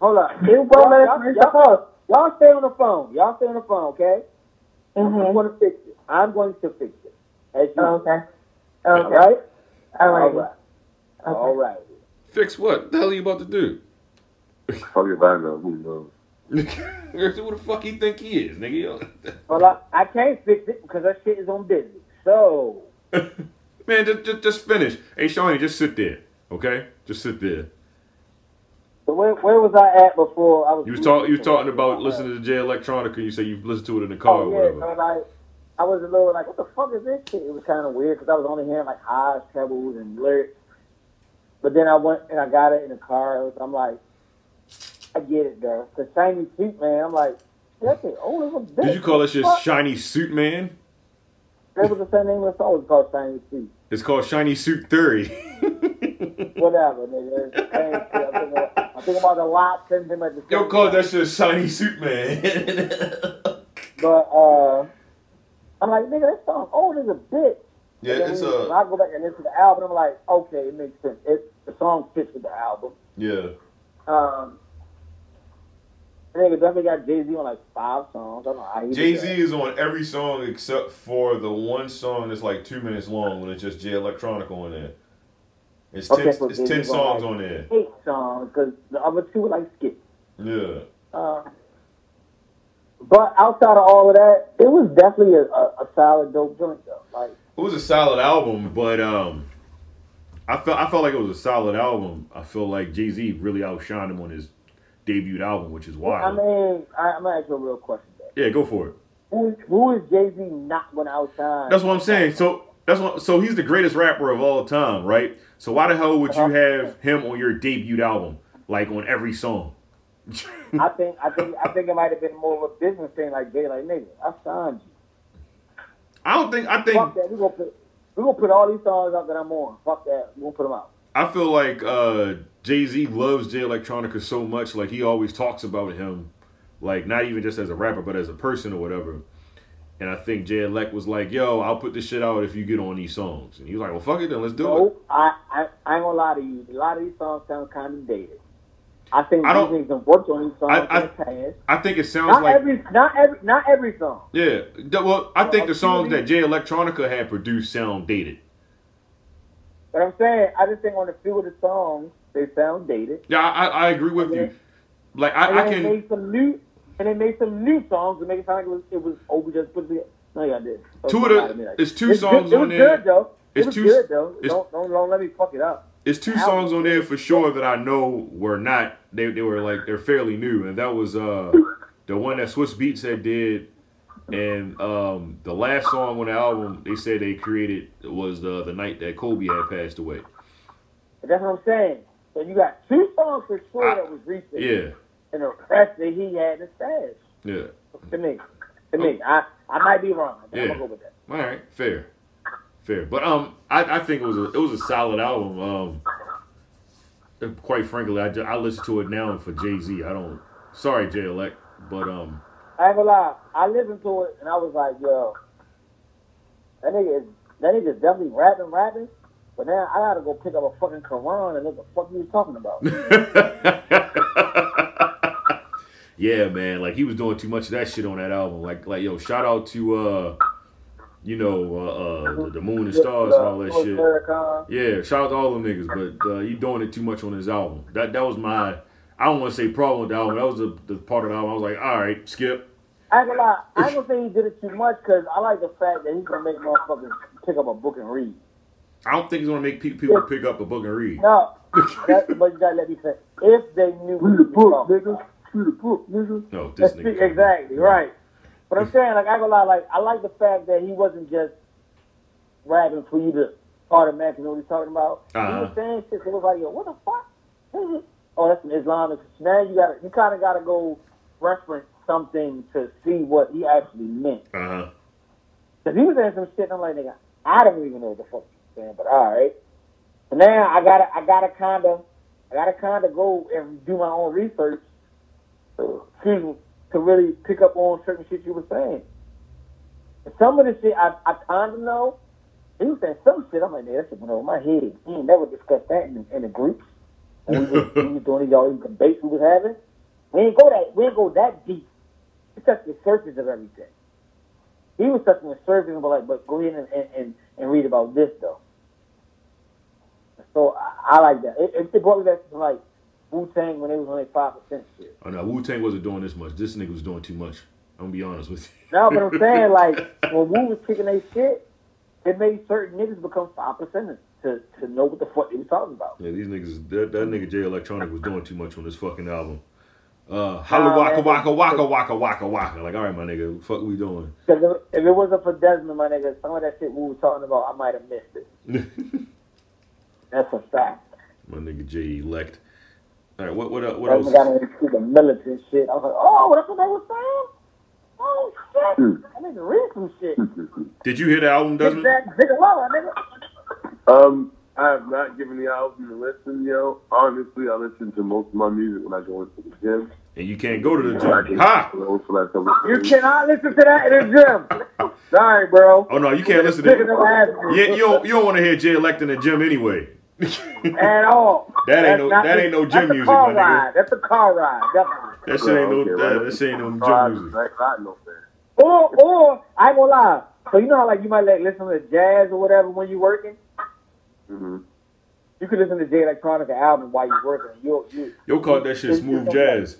Hold on.
It won't let us
Y'all-
finish the
y'all-
call.
Y'all stay on the phone. Y'all stay on the phone, okay? I'm
Mhm.
going to fix it. I'm going to fix it. As you,
Okay.
all
Okay.
right?
All
All
right.
right. All right.
Fix what? The hell are you about to do? (laughs)
Fuck if I know. Who knows?
Who the fuck you think he is, nigga?
Well, I, I can't fix it because that shit is on busy. So.
(laughs) Man, just, just just finish. Hey, Shawnee, just sit there, okay? Just sit there.
So where, where was I at before I was?
You was talking. You was talking about listening to J Electronica. and You say you listened to it in the car
Oh
or
yeah,
whatever.
so like I was a little like, what the fuck is this shit? It was kind of weird because I was only hearing like highs, trebles, and lyrics. But then I went and I got it in the car. It was, I'm like, I get it, though. The shiny suit, man. I'm like, that shit old as a bitch.
Did you call that shit
Fuck.
Shiny Suit Man?
That was the same name of the song. It was called Shiny Suit.
It's called Shiny Suit Theory.
Whatever, nigga. It's the same shit. I'm thinking about- I'm thinking about the locks and him at the.
(laughs) Yo,
same
call
time.
that shit Shiny Suit Man. (laughs)
But uh, I'm like, nigga, that song old as a bitch.
yeah,
And then
it's
when when
a
I go back and listen to the album, I'm like, okay, it makes sense. Um, It, the song fits with the album.
yeah.
Um, nigga definitely got Jay Z on like five songs. I don't know how he did
Jay Z
that.
is on every song except for the one song that's like two minutes long when it's just Jay Electronica on there. It's ten,
Okay, so
it's
Jay-Z
ten
was
songs
like
on there.
Eight songs because the other two were like skits.
Yeah.
Uh, but outside of all of that, it was definitely a, a, a solid dope joint though. Like
It was a solid album, but um, I felt I felt like it was a solid album. I feel like Jay Z really outshined him on his debut album, which is
I
wild.
mean, I, I'm gonna ask you a real question. Though.
yeah, go for it.
Who is, who is Jay Z not going outside?
That's what I'm saying. So that's what. So he's the greatest rapper of all time, right? So why the hell would
Uh-huh.
you have him on your debut album, like on every song?
I think I think I think it might have been more of a business thing. Like Jay, like nigga, I signed you.
I don't think. I think.
Fuck that. We gonna put we gonna put all these songs out that I'm on. Fuck that. We gonna put them out.
I feel like uh, Jay Z loves Jay Electronica so much, like he always talks about him, like not even just as a rapper, but as a person or whatever. And I think Jay Elect was like, "Yo, I'll put this shit out if you get on these songs." And he was like, "Well, fuck it, then let's do it."
Nope. I, I I ain't gonna lie to you. A lot of these songs sound kind of dated. I think
I don't-
these niggas have worked on these songs
I- I-
in the past.
I think it sounds
Not
like
every not every not every song.
yeah. th- Well, I think the songs
Opportunity.
that Jay Electronica had produced sound dated.
But I'm saying I just think on a few of the songs they sound dated.
Yeah, I, I, I agree with you. Like
And
I, I
they
can,
made some new and they made some new songs to make it sound like it was it was over just put together. No, yeah, I did.
Two of the- it's two
it's
songs
good,
on
it was
there.
Good, though.
It's
it was
two-
good though.
it's-
Don't, don't don't let me fuck it up.
it's two songs on there for sure that I know were not. They, they were like they're fairly new, and that was uh the one that Swiss Beats had did, and um the last song on the album they said they created was the the night that Kobe had passed away.
But that's what I'm saying. So you got two songs for sure
I-
that was recent.
Yeah,
And the rest that he had is trash.
yeah.
To me. To me. I, I might be wrong. I'm
Yeah.
gonna go with that.
All right, fair, fair. But um, I, I think it was a it was a solid album. Um, and quite frankly, I, ju- I listen to it now for Jay Z. I don't. Sorry, Jay Elect, but um,
I ain't gonna lie. I listened to it and I was like, yo, that nigga is that nigga is definitely rapping, rapping. But now I gotta go pick up a fucking Quran and know the fuck you was talking
(laughs)
about.
yeah, man, like he was doing too much of that shit on that album. Like like yo, shout out to uh, you know uh, uh the, the Moon and Stars and all that
Lil
shit.
Farrakhan.
Yeah, shout out to all them niggas, but uh, you doing it too much on this album. That that was my I don't want to say problem with the album. That was the, the part of the album I was like, all right, skip.
I ain't gonna lie. I ain't gonna say he did it too much because I like the fact that he's gonna make motherfuckers pick up a book and read.
I don't think it's gonna make pe- people pick up a book and read.
(laughs)
No, that, but you gotta let me say, if they knew
Read the book,
what we were
nigga. Read the book, nigga.
No, this
That's the-
nigga.
exactly right. But I'm saying, like, I ain't gonna lie, like, I like the fact that he wasn't just rapping for you to automatically know what he's talking about. He
Uh-huh.
was saying shit, so it was like, yo, what the fuck? oh, that's some Islamic. Now you gotta, you kind of gotta go reference something to see what he actually meant.
Uh huh.
Because he was saying some shit, and I'm like, nigga, I don't even know what the fuck you're saying, but all right. So now I gotta, I gotta kind of, I gotta kind of go and do my own research, uh, excuse me, to really pick up on certain shit you were saying. And some of the shit I, I kind of know. He was saying some shit. I'm like, nigga, that shit went over my head. We ain't never discussed that in, in the groups. When we, was, we was doing these all these debates we was having. We ain't go that, we ain't go that deep. We touched the surface of everything he was touching the surface, but like, but go ahead and, and, and, and read about this though. So I, I like that. It, it, it brought me back to like Wu Tang when they was on their five percent shit.
Oh no, Wu Tang wasn't doing this much. This nigga was doing too much. I'm gonna be honest with you.
No, but I'm saying like when Wu was kicking their shit, it made certain niggas become five percenters to to know what the fuck they was talking about.
Yeah, these niggas. That, that nigga Jay Electronic was doing too much on this fucking album. Uh,
Nah,
holla waka
man.
waka waka waka waka waka. Like, all right, my nigga, what the fuck we doing?
Because if, if it wasn't for Desmond, my nigga, some of that shit Wu was talking about, I might have missed it. That's a fact.
My nigga Jay Elect. All right, what what uh, what else?
That's when I got into the militant shit. I was like, oh, that's what they was saying? Oh, shit. I need to read some shit.
Did you hear the album,
Get
Desmond?
that Bigelow, nigga.
Um, I have not given the album a listen, yo. Honestly, I listen to most of my music when I go into the gym.
And you can't go to the
I can-
gym. Ha!
So that's a listen.
You cannot listen to that in the gym. Sorry, bro.
Oh no, you can't listen to
Picking
it.
up ass.
Yeah, you don't you don't want to hear Jay Elect in the gym anyway. (laughs)
at all.
That ain't no-
not-
that ain't no gym
that's
music,
A car
my nigga.
ride. That's a car ride. Definitely.
That shit ain't no.
Okay,
that,
right.
that shit ain't no
Five,
gym music.
like, I know that.
Or or I ain't gonna lie. So you know how like you might like listen to jazz or whatever when you working.
Mhm.
You could listen to Jay Electronica album while you working. You you
Yo called that shit smooth jazz.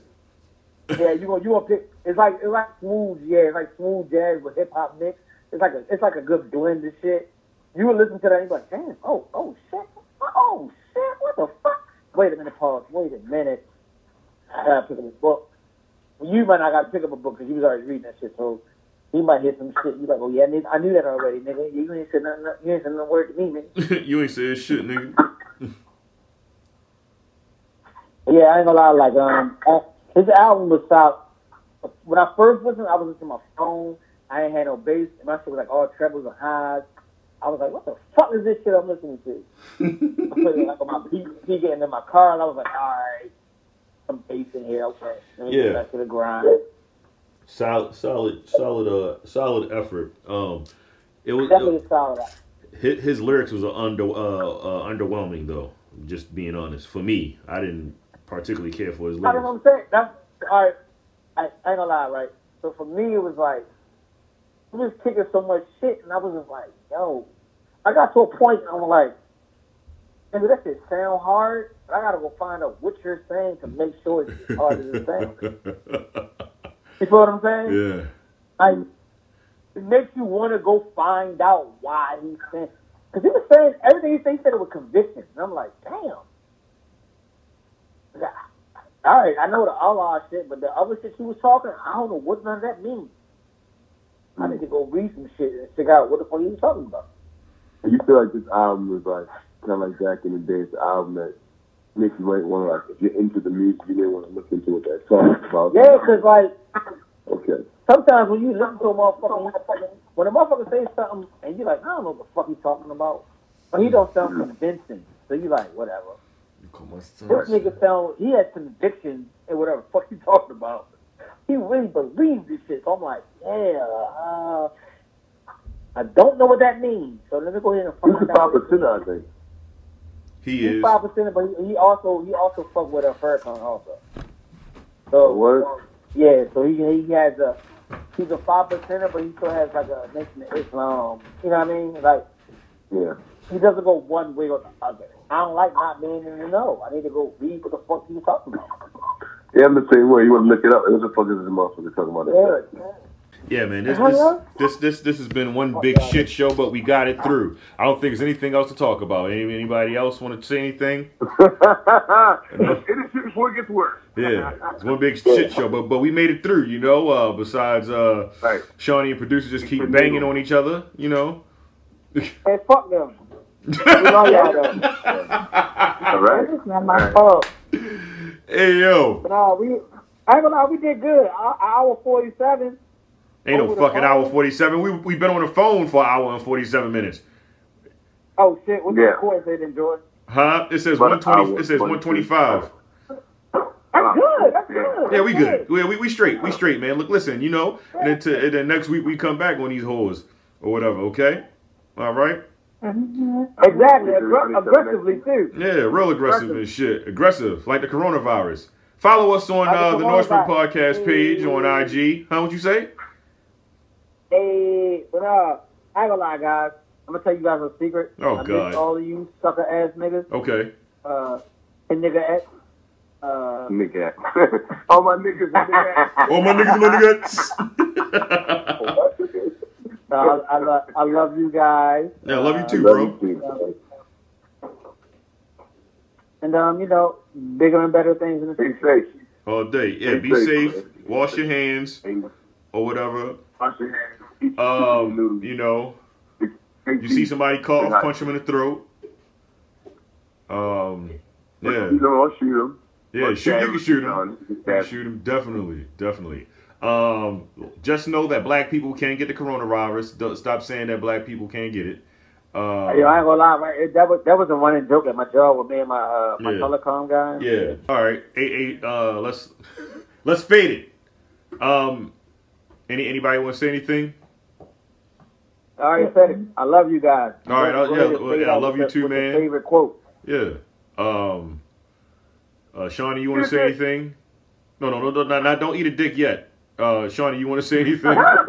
(laughs)
yeah you gonna you gonna pick. It's like it's like smooth yeah it's like smooth jazz with hip hop mix. It's like a it's like a good blend of shit. You would listen to that and you like damn oh oh shit oh shit what the fuck wait a minute pause wait a minute I gotta pick up this book. You might not gotta pick up a book because you was already reading that shit so. He might hit some shit. You like, oh yeah, I knew, I knew that already, nigga. You ain't said nothing. You ain't said no word to me, nigga.
you ain't saying shit, nigga.
Yeah, I ain't gonna lie. Like, um, uh, his album was out. When I first listened, I was listening to my phone. I ain't had no bass. And my shit was like all trebles and highs. I was like, what the fuck is this shit I'm listening to? I put it like on my PC, getting in my car, and I was like, all right, some bass in here. Okay, let me
Yeah.
get back to the grind.
Solid, solid, solid, uh, solid effort. Um, it was
Definitely solid.
his, his lyrics was under uh, uh underwhelming though. Just being honest, for me, I didn't particularly care for his
I don't know
lyrics.
what I'm saying. That's all right. I, I ain't gonna lie, right? So for me, it was like we was kicking so much shit, and I was just like, yo, I got to a point, and I'm like, nigga, that shit sound hard, but I gotta go find out what you're saying to make sure it's as hard as it sounds. You feel what I'm saying?
(laughs) yeah,
Like, it makes you want to go find out why he said. Because he was saying everything he said, he said it with conviction. And I'm like, damn. Nah. All right, I know the Allah shit, but the other shit he was talking, I don't know what none of that means. I need to go read some shit and figure out what the fuck he was talking about.
And you feel like this album was like kind of like back in the day, it's an album that makes you like want to like if you're into the music, you didn't want to look into what that song is about.
Yeah, because, like,
Okay.
sometimes when you listen to a motherfucker, when a motherfucker says something and you're like, I don't know what the fuck he's talking about, but he don't sound convincing. So you like, whatever. This nigga sound he had conviction in whatever the fuck he talking about. He really believed this shit. So I'm like, yeah, uh, I don't know what that means. So let me go ahead and
He's
find
the
out.
Papa Sinner, I think.
he
He's
is.
five percent, but he- he also he also fuck with a Farrakhan also. So
What?
Yeah, so he he has a he's a five percenter, but he still has like a nation of Islam. You know what I mean? Like
Yeah.
he doesn't go one way or the other. I don't like not being in the know. I need to go read what the fuck he was talking about.
Yeah, I'm the same way. You want to look it up. What the fuck is this motherfucker talking about?
Yeah.
Yeah, man. This
Hello?
this, this this this has been one big shit show, but we got it through. I don't think there's anything else to talk about. Any- Anybody else want to say anything?
(laughs) It is shit before it gets worse.
Yeah, it's one big shit show, but but we made it through. You know, uh, besides uh,
Right.
Shawnee and producer just keep
pretty
banging
good.
on each other. You know.
Hey, fuck them. You know
(laughs)
y'all though.
All right.
It's not my fault.
Hey yo,
But uh, we, I ain't gonna lie, we did good. Our, hour 47.
ain't no
Over the
fucking
phone?
hour forty seven. We we've been on the phone for an hour and forty seven minutes.
Oh shit, what's
Yeah.
the course they didn't do it?
Huh? It says
About
one
an
twenty.
hour,
It says
22.
one twenty five.
That's good, that's good.
Yeah, we
that's
good. We, we we straight. We straight, man. Look, listen, you know, and then, to, and then next week we come back on these whores or whatever. Okay, all right.
Exactly, aggr- aggressively too.
Yeah, real aggressive and shit. Aggressive, like the coronavirus. Follow us on
Like the
uh, the Northman
coronavirus.
Podcast page on IG. How would you say?
Hey, but uh, I ain't gonna lie, guys. I'm gonna tell you guys a secret.
Oh,
I miss
God.
all of you sucker ass niggas,
Okay.
uh, and nigga ass. Uh,
Nigga. (laughs) All my niggas in there.
Oh my niggas, my (laughs) niggas.
I, I, lo- I love you guys,
yeah, love you too,
Love
bro.
you too.
and um, you know, bigger and better things in the
Be
future.
safe.
All day. Yeah, be
Stay
safe.
safe.
Wash your hands
And
or whatever.
wash your hands. Eat your
Um,
noodles.
you know,
Drink
you
tea.
see somebody cough,
Right.
punch them in the throat. Um, yeah,
You know, I'll shoot him.
yeah. Shoot, you can shoot them. You can
Yeah.
(laughs) shoot them. Definitely, definitely. Um, just know that black people can get the coronavirus. Don't, stop saying that black people can't get it. Uh,
Yo, I ain't gonna lie, right? It, that was that was a running joke at my job with me and my uh, my
Yeah.
telecom guy.
Yeah. All right. Eight, eight, uh, let's (laughs) let's fade it. Um, any anybody want to say anything?
I already said it. I love you guys.
All right, I- yeah,
Greatest
well, yeah, I
favorite
love you
with
too,
the
man.
Favorite quote. (laughs)
Yeah. Um. Uh, Shawnee, you want to say anything? No, no, no, no, no, no, don't eat a dick yet. Uh, Shawnee, you want to say anything?
(laughs)
(laughs)
That's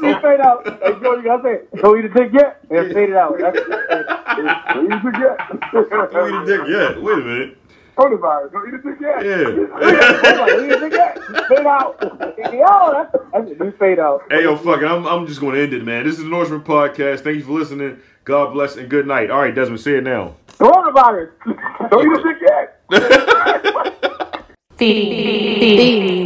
me straight out. Hey, Joe, you gotta say it. Don't eat a dick yet? And fade it out. That's, don't eat a dick yet.
Don't eat a dick yet. Wait a minute.
Coronavirus. Don't eat a dick yet.
Yeah. (laughs)
Don't eat a dick yet. Fade out. Yo, that's, that's a new fade out.
hey, yo, fuck it. I'm, I'm just going to end it, man. This is the Norseman Podcast. Thank you for listening. God bless and good night. All right, Desmond, say it now. (laughs)
Coronavirus. Don't eat a dick yet.
Theme, theme, theme,